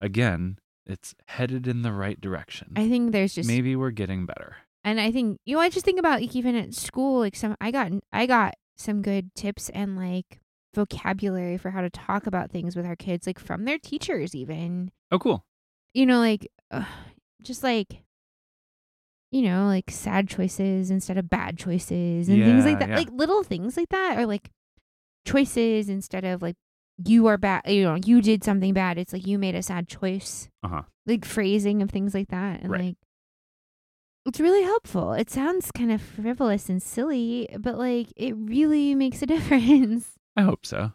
again, it's headed in the right direction. i think there's just Maybe we're getting better. and I think you know I just think about like even at school like some I got I got some good tips and like vocabulary for how to talk about things with our kids like from their teachers even Oh cool. you know like ugh, just like you know like sad choices instead of bad choices and things Yeah, like that yeah. like little things like that or like choices instead of like you are bad you know you did something bad it's like you made a sad choice Uh-huh. like phrasing of things like that and Right. like it's really helpful it sounds kind of frivolous and silly but like it really makes a difference I hope so.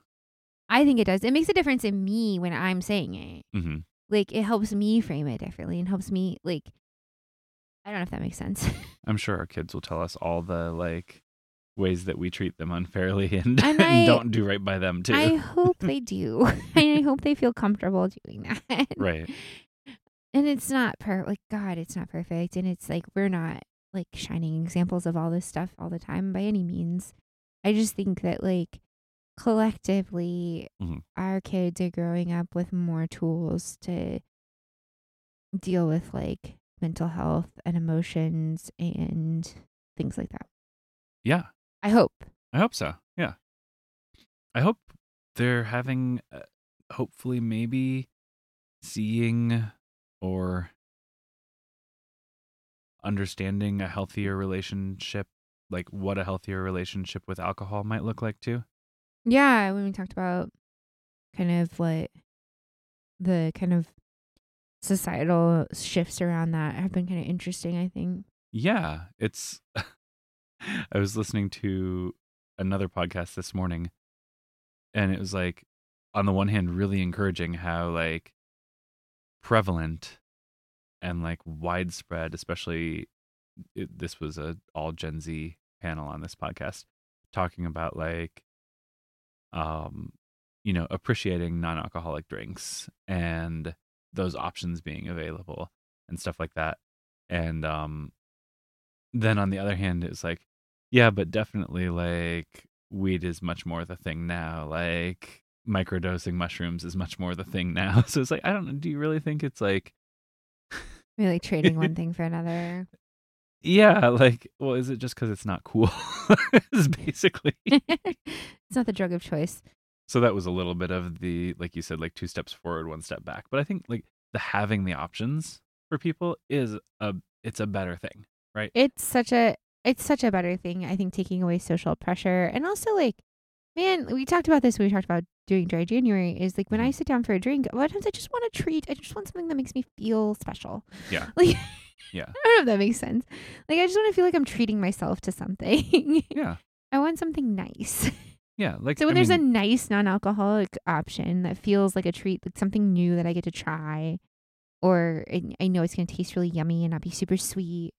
i think it does it makes a difference in me when i'm saying it hmm like it helps me frame it differently and helps me like I don't know if that makes sense. I'm sure our kids will tell us all the like ways that we treat them unfairly and, And and I- don't do right by them too. I hope they do. and I hope they feel comfortable doing that. Right. And it's not per like God, it's not perfect. And it's like we're not like shining examples of all this stuff all the time by any means. I just think that like collectively Mhm. our kids are growing up with more tools to deal with like mental health and emotions and things like that. yeah. I hope. I hope so. Yeah. I hope they're having, uh, hopefully, maybe seeing or understanding a healthier relationship, like what a healthier relationship with alcohol might look like, too. Yeah, when we talked about kind of like the kind of societal shifts around that have been kind of interesting, I think. Yeah, it's. I was listening to another podcast this morning, and it was like, on the one hand, really encouraging how like prevalent and like widespread, especially it, this was a all Gen Z panel on this podcast talking about like, um, you know, appreciating non-alcoholic drinks and those options being available and stuff like that, and um then on the other hand it's like yeah but definitely like weed is much more the thing now like microdosing mushrooms is much more the thing now so it's like i don't know do you really think it's like Really trading one thing for another. yeah like well is it just because it's not cool is basically it's not the drug of choice. so that was a little bit of the like you said like two steps forward one step back but i think like the having the options for people is a it's a better thing It's such a it's such a better thing, I think, taking away social pressure and also like man, we talked about this when we talked about doing dry January is like when Mm-hmm. I sit down for a drink, a lot of times I just want a treat. I just want something that makes me feel special. Yeah. Like Yeah. I don't know if that makes sense. Like I just want to feel like I'm treating myself to something. yeah I want something nice. yeah like So when I there's mean- a nice non-alcoholic option that feels like a treat, like something new that I get to try, or I, I know it's going to taste really yummy and not be super sweet,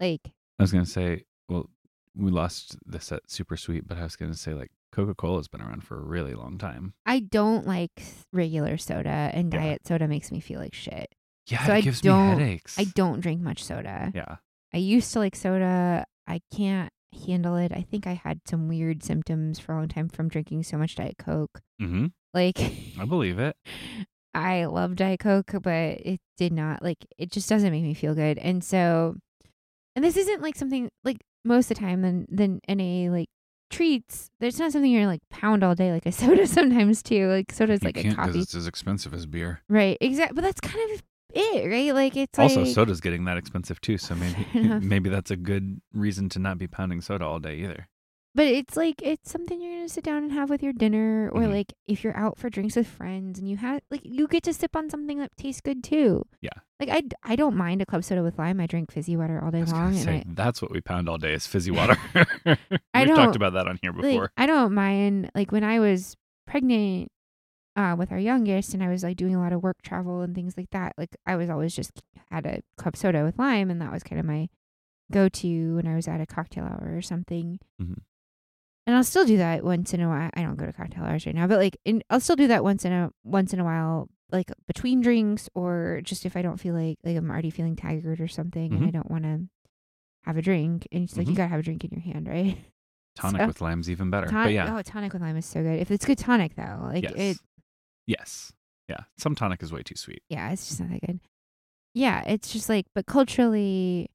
like I was gonna say, well, we lost this at Super Sweet, but I was gonna say like Coca Cola's been around for a really long time. I don't like s- regular soda, and Yeah. diet soda makes me feel like shit. Yeah, So it I gives don't- me headaches. I don't drink much soda. Yeah, I used to like soda. I can't handle it. I think I had some weird symptoms for a long time from drinking so much diet coke. hmm Like I believe it. I love Diet Coke, but it did not like it just doesn't make me feel good. And so and this isn't like something like most of the time than than NA like treats. There's not something you're like pound all day like a soda sometimes too. Like soda's like a coffee. as expensive as beer. Right. Exactly. But that's kind of it, right? Like it's also, like, soda's getting that expensive too, so maybe Fair enough. maybe that's a good reason to not be pounding soda all day either. But it's like it's something you're gonna sit down and have with your dinner, or Mhm. like if you're out for drinks with friends and you have like you get to sip on something that tastes good too. Yeah. Like I, d- I don't mind a club soda with lime. I drink fizzy water all I day was long, gonna and say I, that's what we pound all day is fizzy water. We've I don't- talked about that on here like, before. I don't mind. Like when I was pregnant uh, with our youngest, and I was like doing a lot of work travel and things like that. Like I was always just had a club soda with lime, and that was kind of my go-to when I was at a cocktail hour or something. Mhm. And I'll still do that once in a while. I don't go to cocktail hours right now, but like in, I'll still do that once in a once in a while, like between drinks or just if I don't feel like like I'm already feeling tired or something, and I don't want to have a drink. And it's like you Mhm. gotta have a drink in your hand, right? Tonic so- with lime's even better. Tonic, but yeah, oh, tonic with lime is so good. If it's good tonic though, like yes, it, yes, yeah. Some tonic is way too sweet. yeah, it's just not that good. Yeah, it's just like, but culturally,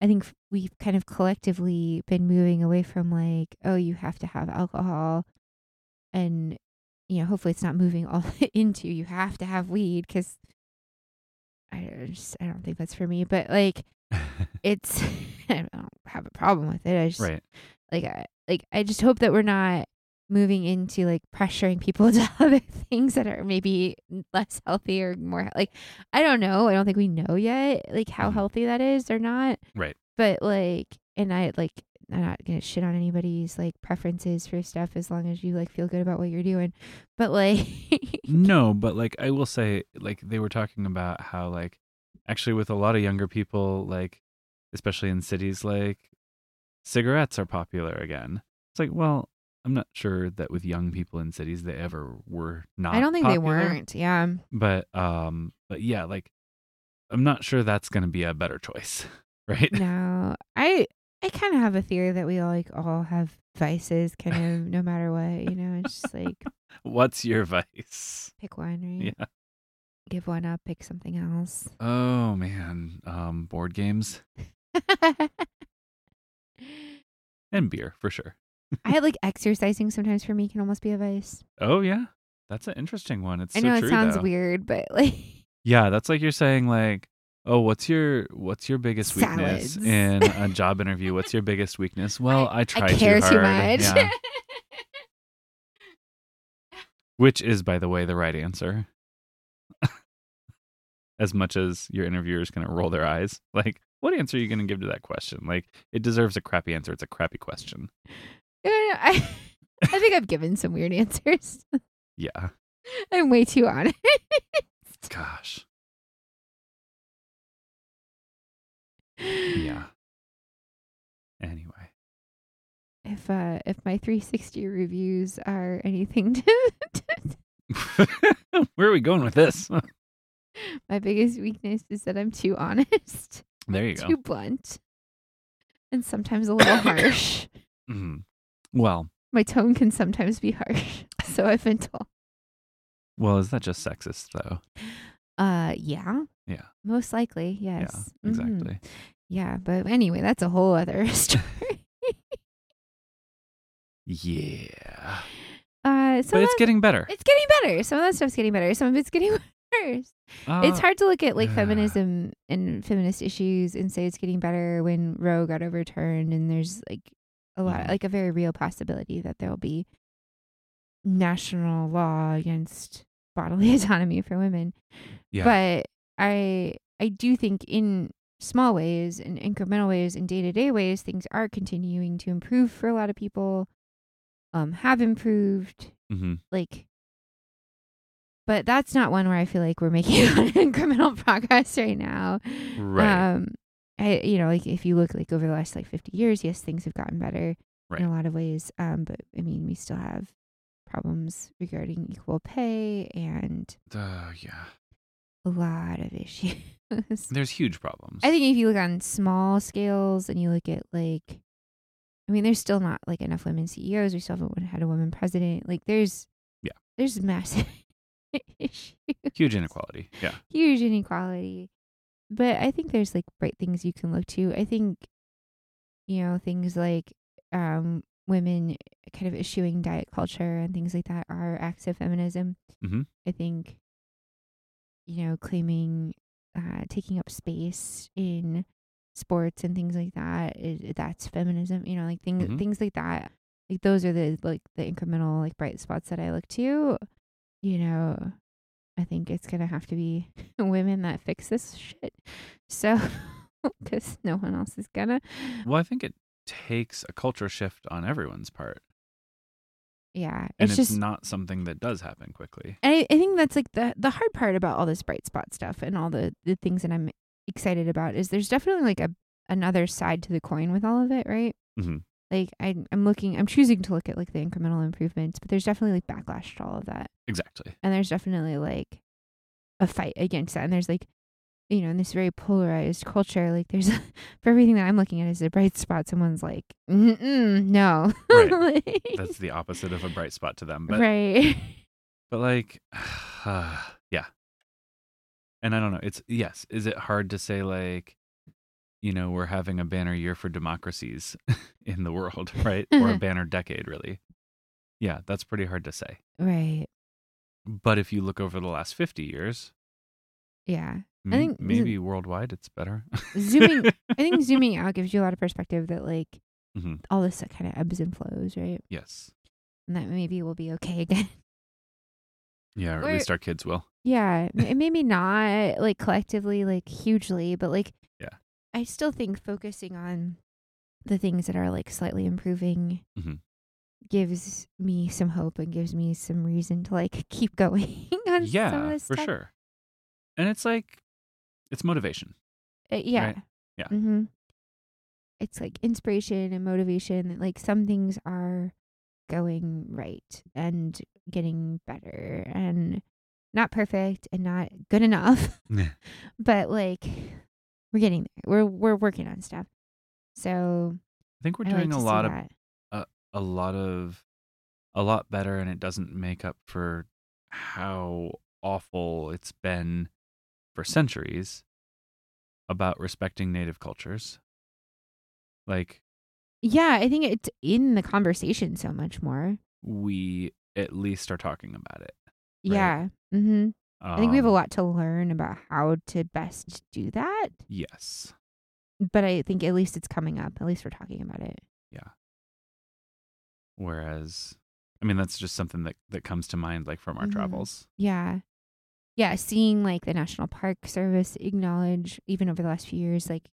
I think f- we've kind of collectively been moving away from like, oh, you have to have alcohol, and you know, hopefully, it's not moving all into you have to have weed because I just I don't think that's for me. But like, it's I don't have a problem with it. I just right. like I, like I just hope that we're not moving into like pressuring people to other things that are maybe less healthy or more like I don't know. I don't think we know yet like how Mhm. healthy that is or not. Right. But like and I like I'm not gonna shit on anybody's like preferences for stuff as long as you like feel good about what you're doing. But like No, but like I will say, like they were talking about how like actually with a lot of younger people, like especially in cities like cigarettes are popular again. It's like, well, I'm not sure that with young people in cities they ever were not. I don't think popular, they weren't. Yeah. But um, but yeah, like I'm not sure that's gonna be a better choice, Mm. right? No, I I kind of have a theory that we all like all have vices, kind of no matter what. You know, it's just like What's your vice? pick one, right? Yeah. Give one up, pick something else. Oh man, um, board games and beer for sure. I like exercising sometimes for me can almost be a vice. Oh yeah, that's an interesting one. It's I so know it true, sounds though. weird, but like Yeah, that's like you're saying like, oh, what's your what's your biggest weakness Salads. in a job interview? What's your biggest weakness? Well, I, try I care too, too much. hard. Yeah. Which is, by the way, the right answer. as much as your interviewer is going to roll their eyes, like, what answer are you going to give to that question? Like, it deserves a crappy answer. It's a crappy question. I, don't know, I I think I've given some weird answers. Yeah. I'm way too honest. Gosh. Yeah. Anyway. If uh if my 360 reviews are anything to, to Where are we going with this? my biggest weakness is that I'm too honest. There you go. too blunt and sometimes a little harsh. Mhm. Well, My tone can sometimes be harsh, so I've been told. well, is that just sexist though? Uh, yeah, Yeah. most likely, yes, Mhm. Yeah, exactly. Yeah, but anyway, that's a whole other story. Yeah. Uh, some but of it's that- getting better. it's getting better. Some of that stuff's getting better. Some of it's getting worse. it's Uh, hard to look at like yeah. feminism and feminist issues and say it's getting better when Roe got overturned and there's like a lot Mhm. like a very real possibility that there'll be national law against bodily autonomy for women. Yeah. But I I do think in small ways and incremental ways and day-to-day ways things are continuing to improve for a lot of people um have improved Mhm. like but that's not one where i feel like we're making incremental progress right now Right. um i you know like if you look like over the last like 50 years yes things have gotten better in Right. a lot of ways um but i mean we still have problems regarding equal pay and Uh, yeah. a lot of issues There's huge problems. I think if you look on small scales and you look at like, I mean, there's still not like enough women CEOs. We still haven't had a woman president. Like, there's Yeah. there's massive issue, huge inequality. Yeah. huge inequality. But I think there's like bright things you can look to. I think, you know, things like um, women kind of issuing diet culture and things like that are acts of feminism. Mhm. I think, you know, claiming uh, taking up space in sports and things like that is that's feminism. You know, like things Mhm. things like that. Like those are the like the incremental like bright spots that I look to. You know, I think it's gonna have to be women that fix this shit. So, because no one else is gonna. Well, I think it takes a culture shift on everyone's part, Yeah, and it's it's, just not something that does happen quickly. I, I think that's like the the hard part about all this bright spot stuff and all the the things that I'm excited about is there's definitely like a another side to the coin with all of it, right? Mhm. Like I I'm looking I'm choosing to look at like the incremental improvements, but there's definitely like backlash to all of that, Exactly. and there's definitely like a fight against that, and there's like you know in this very polarized culture, like there's for everything that I'm looking at is a bright spot. Someone's like, Mm-mm, no, Right. Like- That's the opposite of a bright spot to them. But right, but like uh, yeah and i don't know it's yes is it hard to say like you know we're having a banner year for democracies in the world right or Mm-hmm. a banner decade really yeah that's pretty hard to say right, but if you look over the last 50 years yeah. m- think- maybe worldwide it's better Zooming I think zooming out gives you a lot of perspective that like Mhm. all this kind of ebbs and flows, right? yes And that maybe we'll be okay again. yeah or Or- at least our kids will yeah, m- maybe not like collectively, like hugely, but like Yeah. I still think focusing on the things that are like slightly improving Mhm. gives me some hope and gives me some reason to like keep going on some of yeah this for stuff. sure and it's like it's motivation Uh, yeah. Yeah. Mm-hmm. it's like inspiration and motivation that like some things are going right and getting better and not perfect and not good enough but like we're getting there we're we're working on stuff so I think we're I like doing to a see lot of that. a lot of a lot better and it doesn't make up for how awful it's been for centuries about respecting native cultures like yeah i think it's in the conversation so much more we at least are talking about it Right. yeah mm-hmm um, i think we have a lot to learn about how to best do that yes but i think at least it's coming up at least we're talking about it whereas i mean that's just something that that comes to mind like from our Mhm. travels Yeah. Yeah. Seeing like the National Park Service acknowledge, even over the last few years, like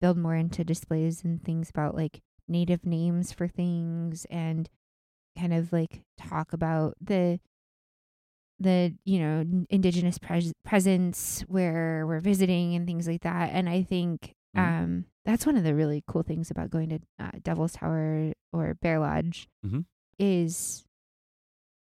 build more into displays and things about like native names for things and kind of like talk about the the you know n- indigenous pres- presence where we're visiting and things like that and i think Mhm. um that's one of the really cool things about going to uh, devil's tower or bear lodge Mhm. is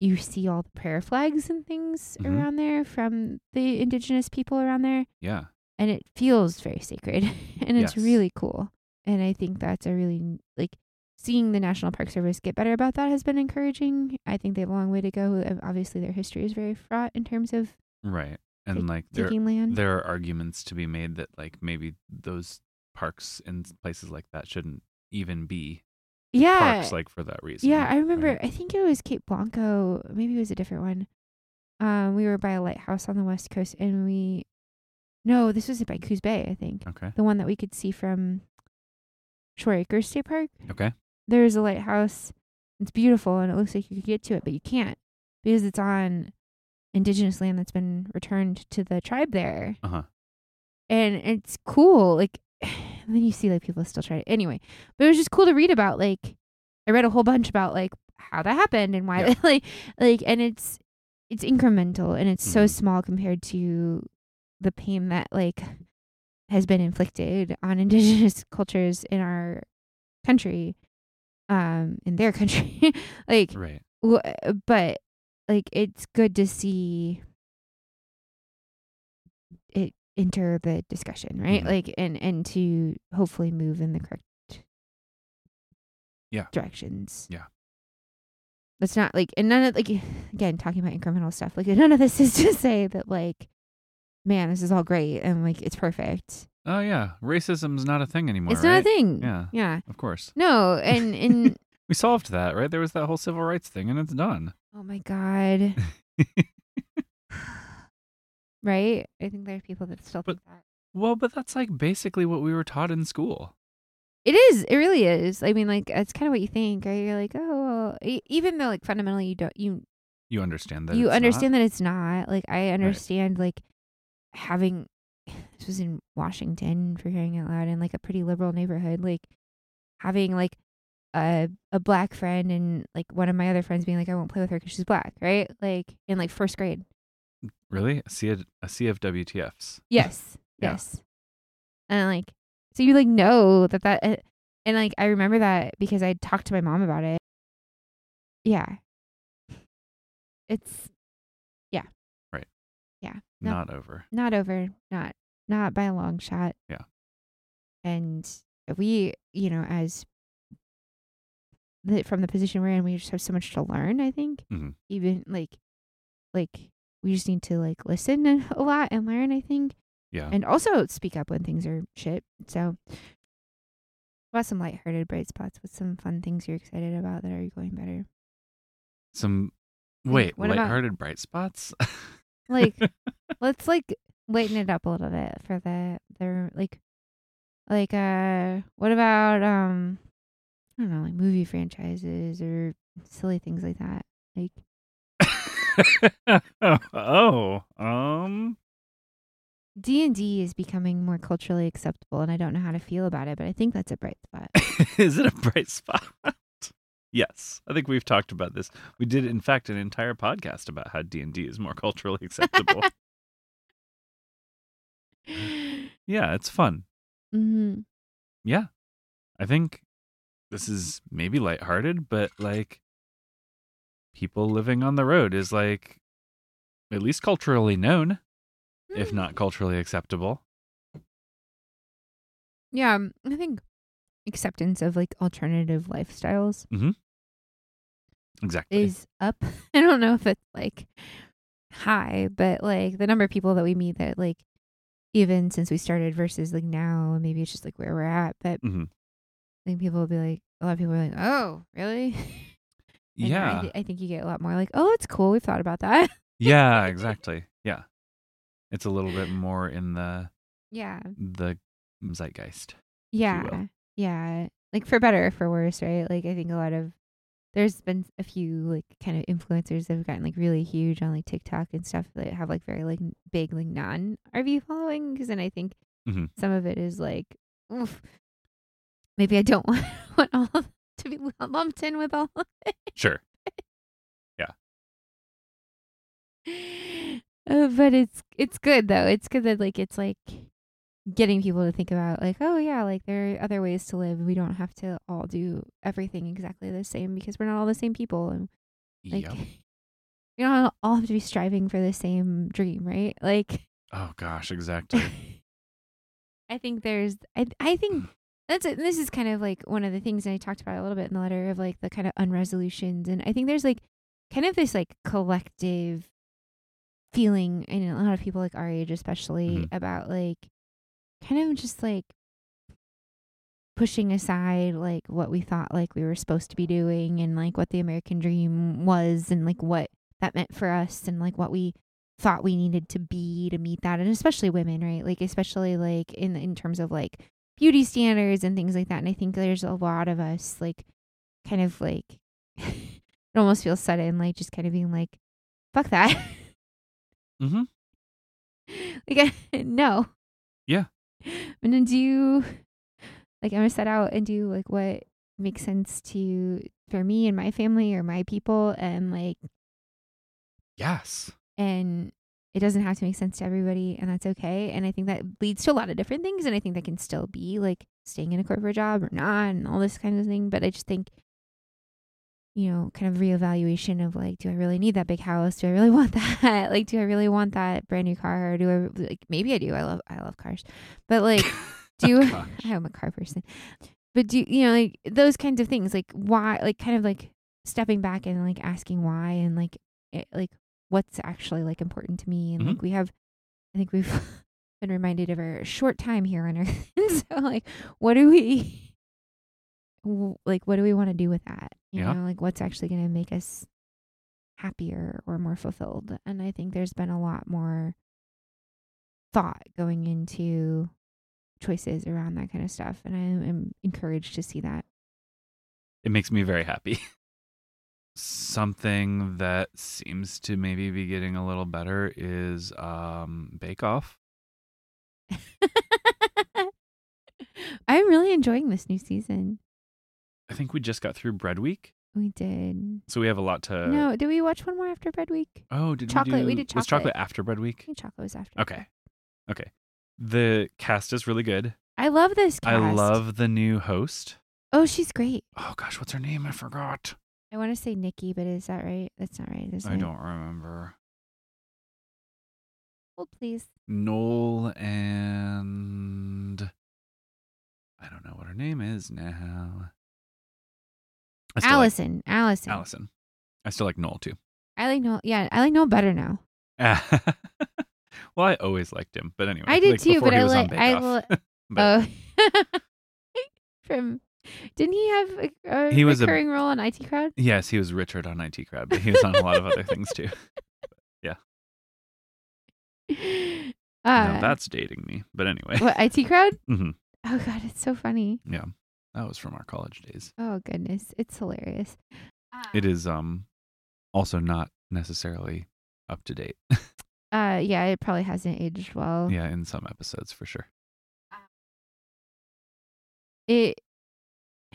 you see all the prayer flags and things Mhm. around there from the indigenous people around there yeah and it feels very sacred and it's Yes. really cool and i think that's a really n- like seeing the national park service get better about that has been encouraging i think they have a long way to go Uh, obviously their history is very fraught in terms of right and like there taking land there are arguments to be made that like maybe those parks and places like that shouldn't even be yeah parks like for that reason. yeah i remember right? i think it was cape blanco maybe it was a different one um we were by a lighthouse on the west coast and we no this was by coos bay i think Okay. the one that we could see from shore acres state park Okay. there is a lighthouse. It's beautiful and it looks like you could get to it, but you can't because it's on indigenous land that's been returned to the tribe there. Uh-huh. And it's cool. Like and then you see like people still try it. Anyway, but it was just cool to read about like I read a whole bunch about like how that happened and why Yeah. like like and it's it's incremental and it's so Mhm. small compared to the pain that like has been inflicted on indigenous cultures in our country um in their country like Right. w- uh, but like it's good to see it enter the discussion right Mhm. like and and to hopefully move in the correct Yeah. directions Yeah. it's not like and none of like again talking about incremental stuff like none of this is to say that like man this is all great and like it's perfect Oh yeah, racism's not a thing anymore. it's not a right? thing Yeah. yeah Of course. no and and We solved that, right? There was that whole civil rights thing and it's done. Oh my god. right? I think there are people that still But- think that. Well, but that's like basically what we were taught in school. It is. It really is. I mean, like that's kind of what you think, right? You're like, oh, well, e- even though like fundamentally you don't you You understand that. you it's understand that it's not. Like I understand like having this was in Washington for hearing out loud in like a pretty liberal neighborhood, like having like a a black friend and like one of my other friends being like, I won't play with her because she's black, right? Like in like first grade. Not, really? A C- a CFWTFs. Yes. Yeah. Yes. And like, so you like know that that, uh, and like I remember that because I talked to my mom about it. Yeah. It's No. Not over. not over, not not by a long shot. Yeah. And we, you know, as the, from the position we're in, we just have so much to learn. I think Mhm. even like, like we just need to like listen a lot and learn. I think Yeah. and also speak up when things are shit. So, about some lighthearted bright spots with some fun things you're excited about that are going better. Some wait, what about- lighthearted bright spots? Like, let's like lighten it up a little bit for the the like, like uh, what about um, I don't know, like movie franchises or silly things like that. Like, oh. Um D and D is becoming more culturally acceptable, and I don't know how to feel about it, but I think that's a bright spot. is it a bright spot? yes, I think we've talked about this. We did, in fact, an entire podcast about how D and D is more culturally acceptable. yeah, it's fun. mm-hmm. Yeah, I think this is maybe lighthearted, but like people living on the road is like at least culturally known, if Hmm. not culturally acceptable. Yeah, um, I think acceptance of like alternative lifestyles Exactly. is up. I don't know if it's like high, but like the number of people that we meet that like even since we started versus like now, and maybe it's just like where we're at, but Mhm. I think people will be like, a lot of people are like, oh, really? And I yeah. thi- I, think you get a lot more like, oh, it's cool. We've thought about that. yeah, exactly. Yeah. It's a little bit more in the yeah. the zeitgeist. Yeah. will. Yeah. Like for better or for worse, right? Like I think a lot of there's been a few like kind of influencers that have gotten like really huge on like TikTok and stuff that have like very like n- big like non RV following because then I think Mhm. some of it is like oof, maybe I don't want, want all of, to be lumped in with all of Sure. uh, but it's it's good though. It's good that like it's like getting people to think about like oh yeah like there are other ways to live. We don't have to all do everything exactly the same because we're not all the same people and like yep. we don't all have to be striving for the same dream, right? Like Oh gosh, exactly. I think there's I I think that's it. This is kind of like one of the things I talked about a little bit in the letter of like the kind of unresolutions and I think there's like kind of this like collective feeling in a lot of people like our age especially about like kind of just like pushing aside like what we thought like we were supposed to be doing and like what the American dream was and like what that meant for us and like what we thought we needed to be to meet that and especially women right like especially like in in terms of like beauty standards and things like that and i think there's a lot of us like kind of like it almost feels sudden like just kind of being like fuck that Mhm. like I, no Yeah. i'm gonna do like i'm gonna set out and do like what makes sense to for me and my family or my people and like yes. and it doesn't have to make sense to everybody and that's okay and i think that leads to a lot of different things and i think that can still be like staying in a corporate job or not and all this kind of thing but i just think you know kind of reevaluation of like do i really need that big house do i really want that like do i really want that brand new car or do i like maybe i do i love i love cars but like do Gosh. i'm a car person but do you know like those kinds of things like why like kind of like stepping back and like asking why and like it, like what's actually like important to me and Mhm. like we have i think we've been reminded of our short time here on earth and so like what do we w- like what do we want to do with that you Yeah. know like what's actually going to make us happier or more fulfilled and i think there's been a lot more thought going into choices around that kind of stuff and i am encouraged to see that it makes me very happy. Something that seems to maybe be getting a little better is um, Bake Off. i'm really enjoying this new season I think we just got through Bread Week, we did so we have a lot to. no did we watch one more after bread week Oh, did Chocolate, Do, we did Was chocolate. chocolate after Bread i Week? think chocolate was after Okay. Okay. The cast is really good. i love this cast. I love the new host. oh she's great Oh gosh, what's her name? I forgot. i want to say nikki but is that right that's not right is I it? don't remember. hold Oh, please Noel and I don't know what her name is now. I still like- allison allison Allison. I still like Noel too. i like no yeah i like no better now well, I always liked him, but anyway, I did like too, before but he I was on li- Bake I Off. But Oh, from didn't he have a, a He was a- recurring role on IT Crowd? yes, he was Richard on IT Crowd, but he was on a lot of other things too. Uh, now that's dating me. But anyway, what IT Crowd? Mhm. Oh God, it's so funny. that was from our college days. Oh goodness, it's hilarious. Uh. It is um also not necessarily up to date. Uh, yeah, it probably hasn't aged well. yeah, in some episodes for sure. It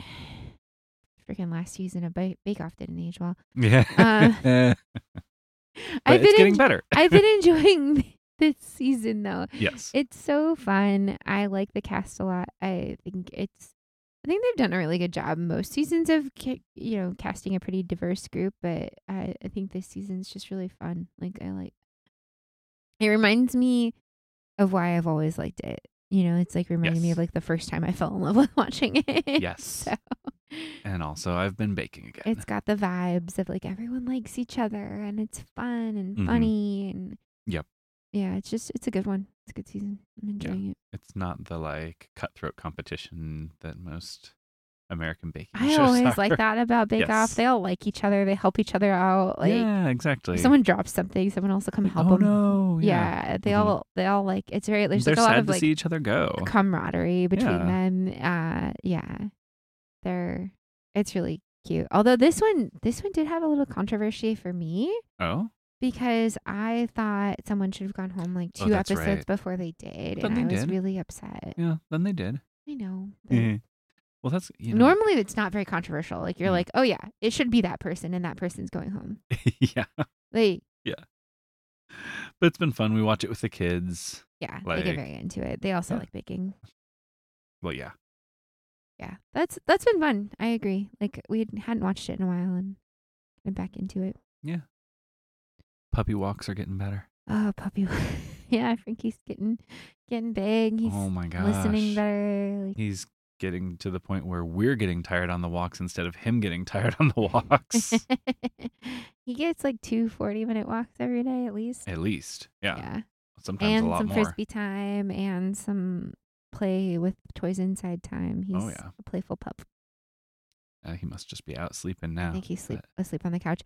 freaking last season of Ba- Bake Off didn't age well. Yeah. Uh, but I've it's been getting en- better. I've been enjoying this season though. yes. It's so fun. I like the cast a lot. I think it's I think they've done a really good job most seasons of ca- you know casting a pretty diverse group, but I, I think this season's just really fun. Like I like it reminds me of why I've always liked it. You know, it's like reminding me Yes. of like the first time I fell in love with watching it. Yes. So And also, I've been baking again. it's got the vibes of like everyone likes each other and it's fun and Mhm. funny and Yep. Yeah, it's just it's a good one. It's a good season. I'm enjoying it. it's not the like cutthroat competition that most American baking I shows always are. like that about Bake Off. Yes. They all like each other. They help each other out. Like yeah, exactly. if someone drops something, someone else will come help oh them. no! Yeah, Yeah, they Mhm. all they all like it's very there's they're like a lot sad of to like see each other go. camaraderie between Yeah. them. Uh, yeah, they're it's really cute. Although this one this one did have a little controversy for me Oh, because I thought someone should have gone home like Oh, two that's episodes right. before they did, But and they I was did. really upset. yeah. Then they did. Eh. I know. but- well, that's you know, Normally, it's not very controversial. Like you're Mm. like, oh yeah, it should be that person, and that person's going home. yeah. Like But it's been fun. We watch it with the kids. yeah, they get Like- very into it. They also Yeah. like baking. Well, yeah. Yeah, that's that's been fun. I agree. Like we hadn't- hadn't watched it in a while, and been back into it. Puppy walks are getting better. Oh, puppy. yeah, Frankie's getting getting big. He's oh my gosh. listening better. Like He's getting to the point where we're getting tired on the walks instead of him getting tired on the walks. he gets like two 40 minute walks every day at least. At least. Yeah. yeah. Sometimes a and lot some more. frisbee time and some play with toys inside time. He's Oh, yeah. a playful pup. Uh, he must just be out sleeping I now. think he's sleep asleep on the couch.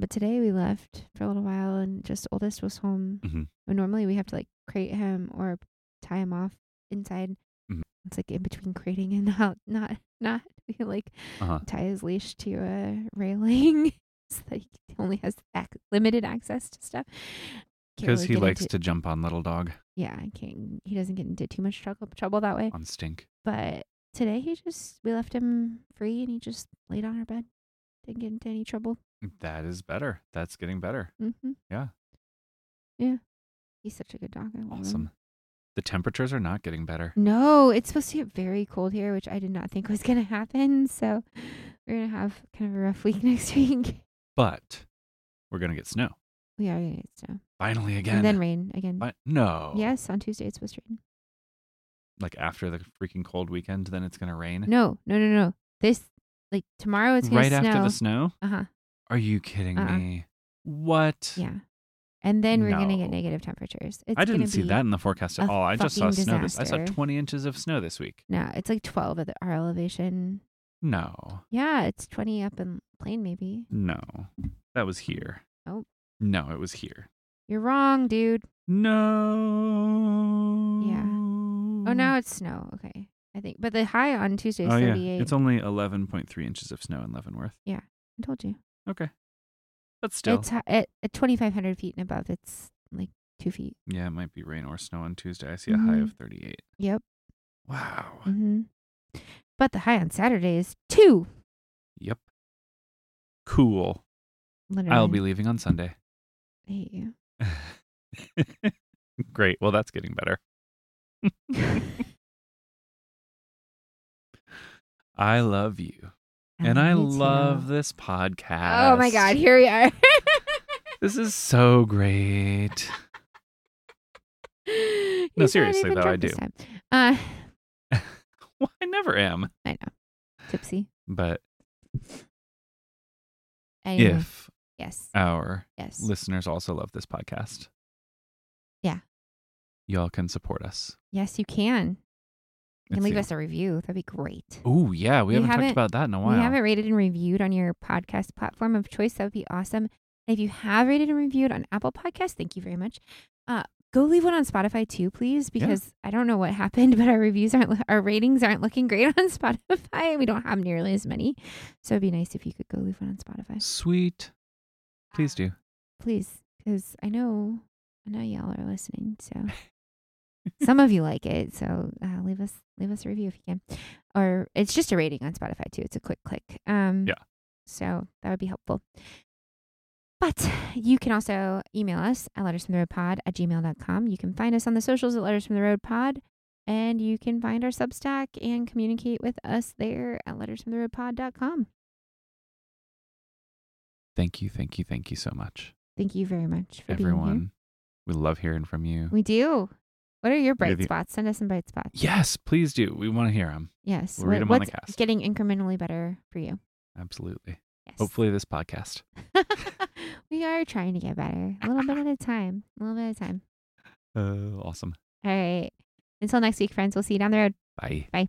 But today we left for a little while, and just oldest was home. Mhm. And normally we have to like crate him or tie him off inside. Mhm. It's like in between crating and not not not we like Uh-huh. tie his leash to a railing so that he only has ac- limited access to stuff. Can't Because really he get likes into- to jump on little dog yeah, I can't. He doesn't get into too much trouble trouble that way. on stink. But today he just we left him free and he just laid on our bed. Didn't get into any trouble. That is better. That's getting better. Mm-hmm. Yeah. Yeah. He's such a good dog. I love him. Awesome. The temperatures are not getting better. No, it's supposed to get very cold here, which I did not think was going to happen. So we're going to have kind of a rough week next week. But we're gonna get snow. We are going to get snow. Finally again. And then rain again. Fi- no. Yes, on Tuesday it's supposed to rain. Like after the freaking cold weekend, then it's gonna rain. No, no, no, no. This, like tomorrow it's going right to snow. after the snow? Uh huh. Are you kidding Uh-uh. me? What? Yeah. And then we're going to get No. negative temperatures. It's I didn't gonna see be, that in the forecast a at all. I just saw fucking snow. This, I saw disaster. 20 inches of snow this week. No, it's like 12 at the, our elevation. No, Yeah, it's 20 up in Plain, maybe. no, that was here. Oh. no, it was here. You're wrong, dude. No. Oh, now it's snow. Okay. I think. But the high on Tuesday is Mm-hmm. Oh yeah, 38. it's only 11.3 inches of snow in Leavenworth. I told you. Okay, but still, It's hi- at, at 2,500 feet and above. It's like two feet. yeah, it might be rain or snow on Tuesday. I see a high Mhm. of 38. Yep. Wow. hmm But the high on Saturday is two. Yep. Cool. Literally. I'll be leaving on Sunday. I hate you. Great. Well, that's getting better. I love you. and I you too. love this podcast. Oh my God. Here we are. This is so great. He's No, not seriously, even though, drunk I this do. time. Uh, well, I never am. I know. Tipsy. But Anyway. if Yes. our Yes. listeners also love this podcast, Yeah. y'all can support us. Yes, you can. You can Let's leave see. us a review. That'd be great. Ooh, yeah. We You haven't, haven't- talked about that in a while. If you haven't rated and reviewed on your podcast platform of choice, that would be awesome. And if you have rated and reviewed on Apple Podcasts, thank you very much. Uh, go leave one on Spotify too, please, Yeah. because I don't know what happened, but our reviews aren't, lo- our ratings aren't looking great on Spotify. We don't have nearly as many, so it'd be nice if you could go leave one on Spotify, Sweet. Please Uh, do. please, because I know, I know y'all are listening. So some of you like it, so uh, leave us leave us a review if you can, or it's just a rating on Spotify too. It's a quick click. Um, Yeah. So that would be helpful. But you can also email us at lettersfromtheroadpod at gmail.com. You can find us on the socials at Letters from the Road Pod. And you can find our Substack and communicate with us there at lettersfromtheroadpod.com. Thank you, thank you, thank you so much, Thank you very much for being here. everyone. We love hearing from you. We do. What are your bright Maybe- spots? Send us some bright spots. yes, please do. We want to hear them. Yes. We'll read What- 'em on the what's cast. getting incrementally better for you? Absolutely. Yes. Hopefully, this podcast. we are trying to get better. A little bit at a time. A little bit at a time. Uh, awesome. All right. Until next week, friends, we'll see you down the road. Bye.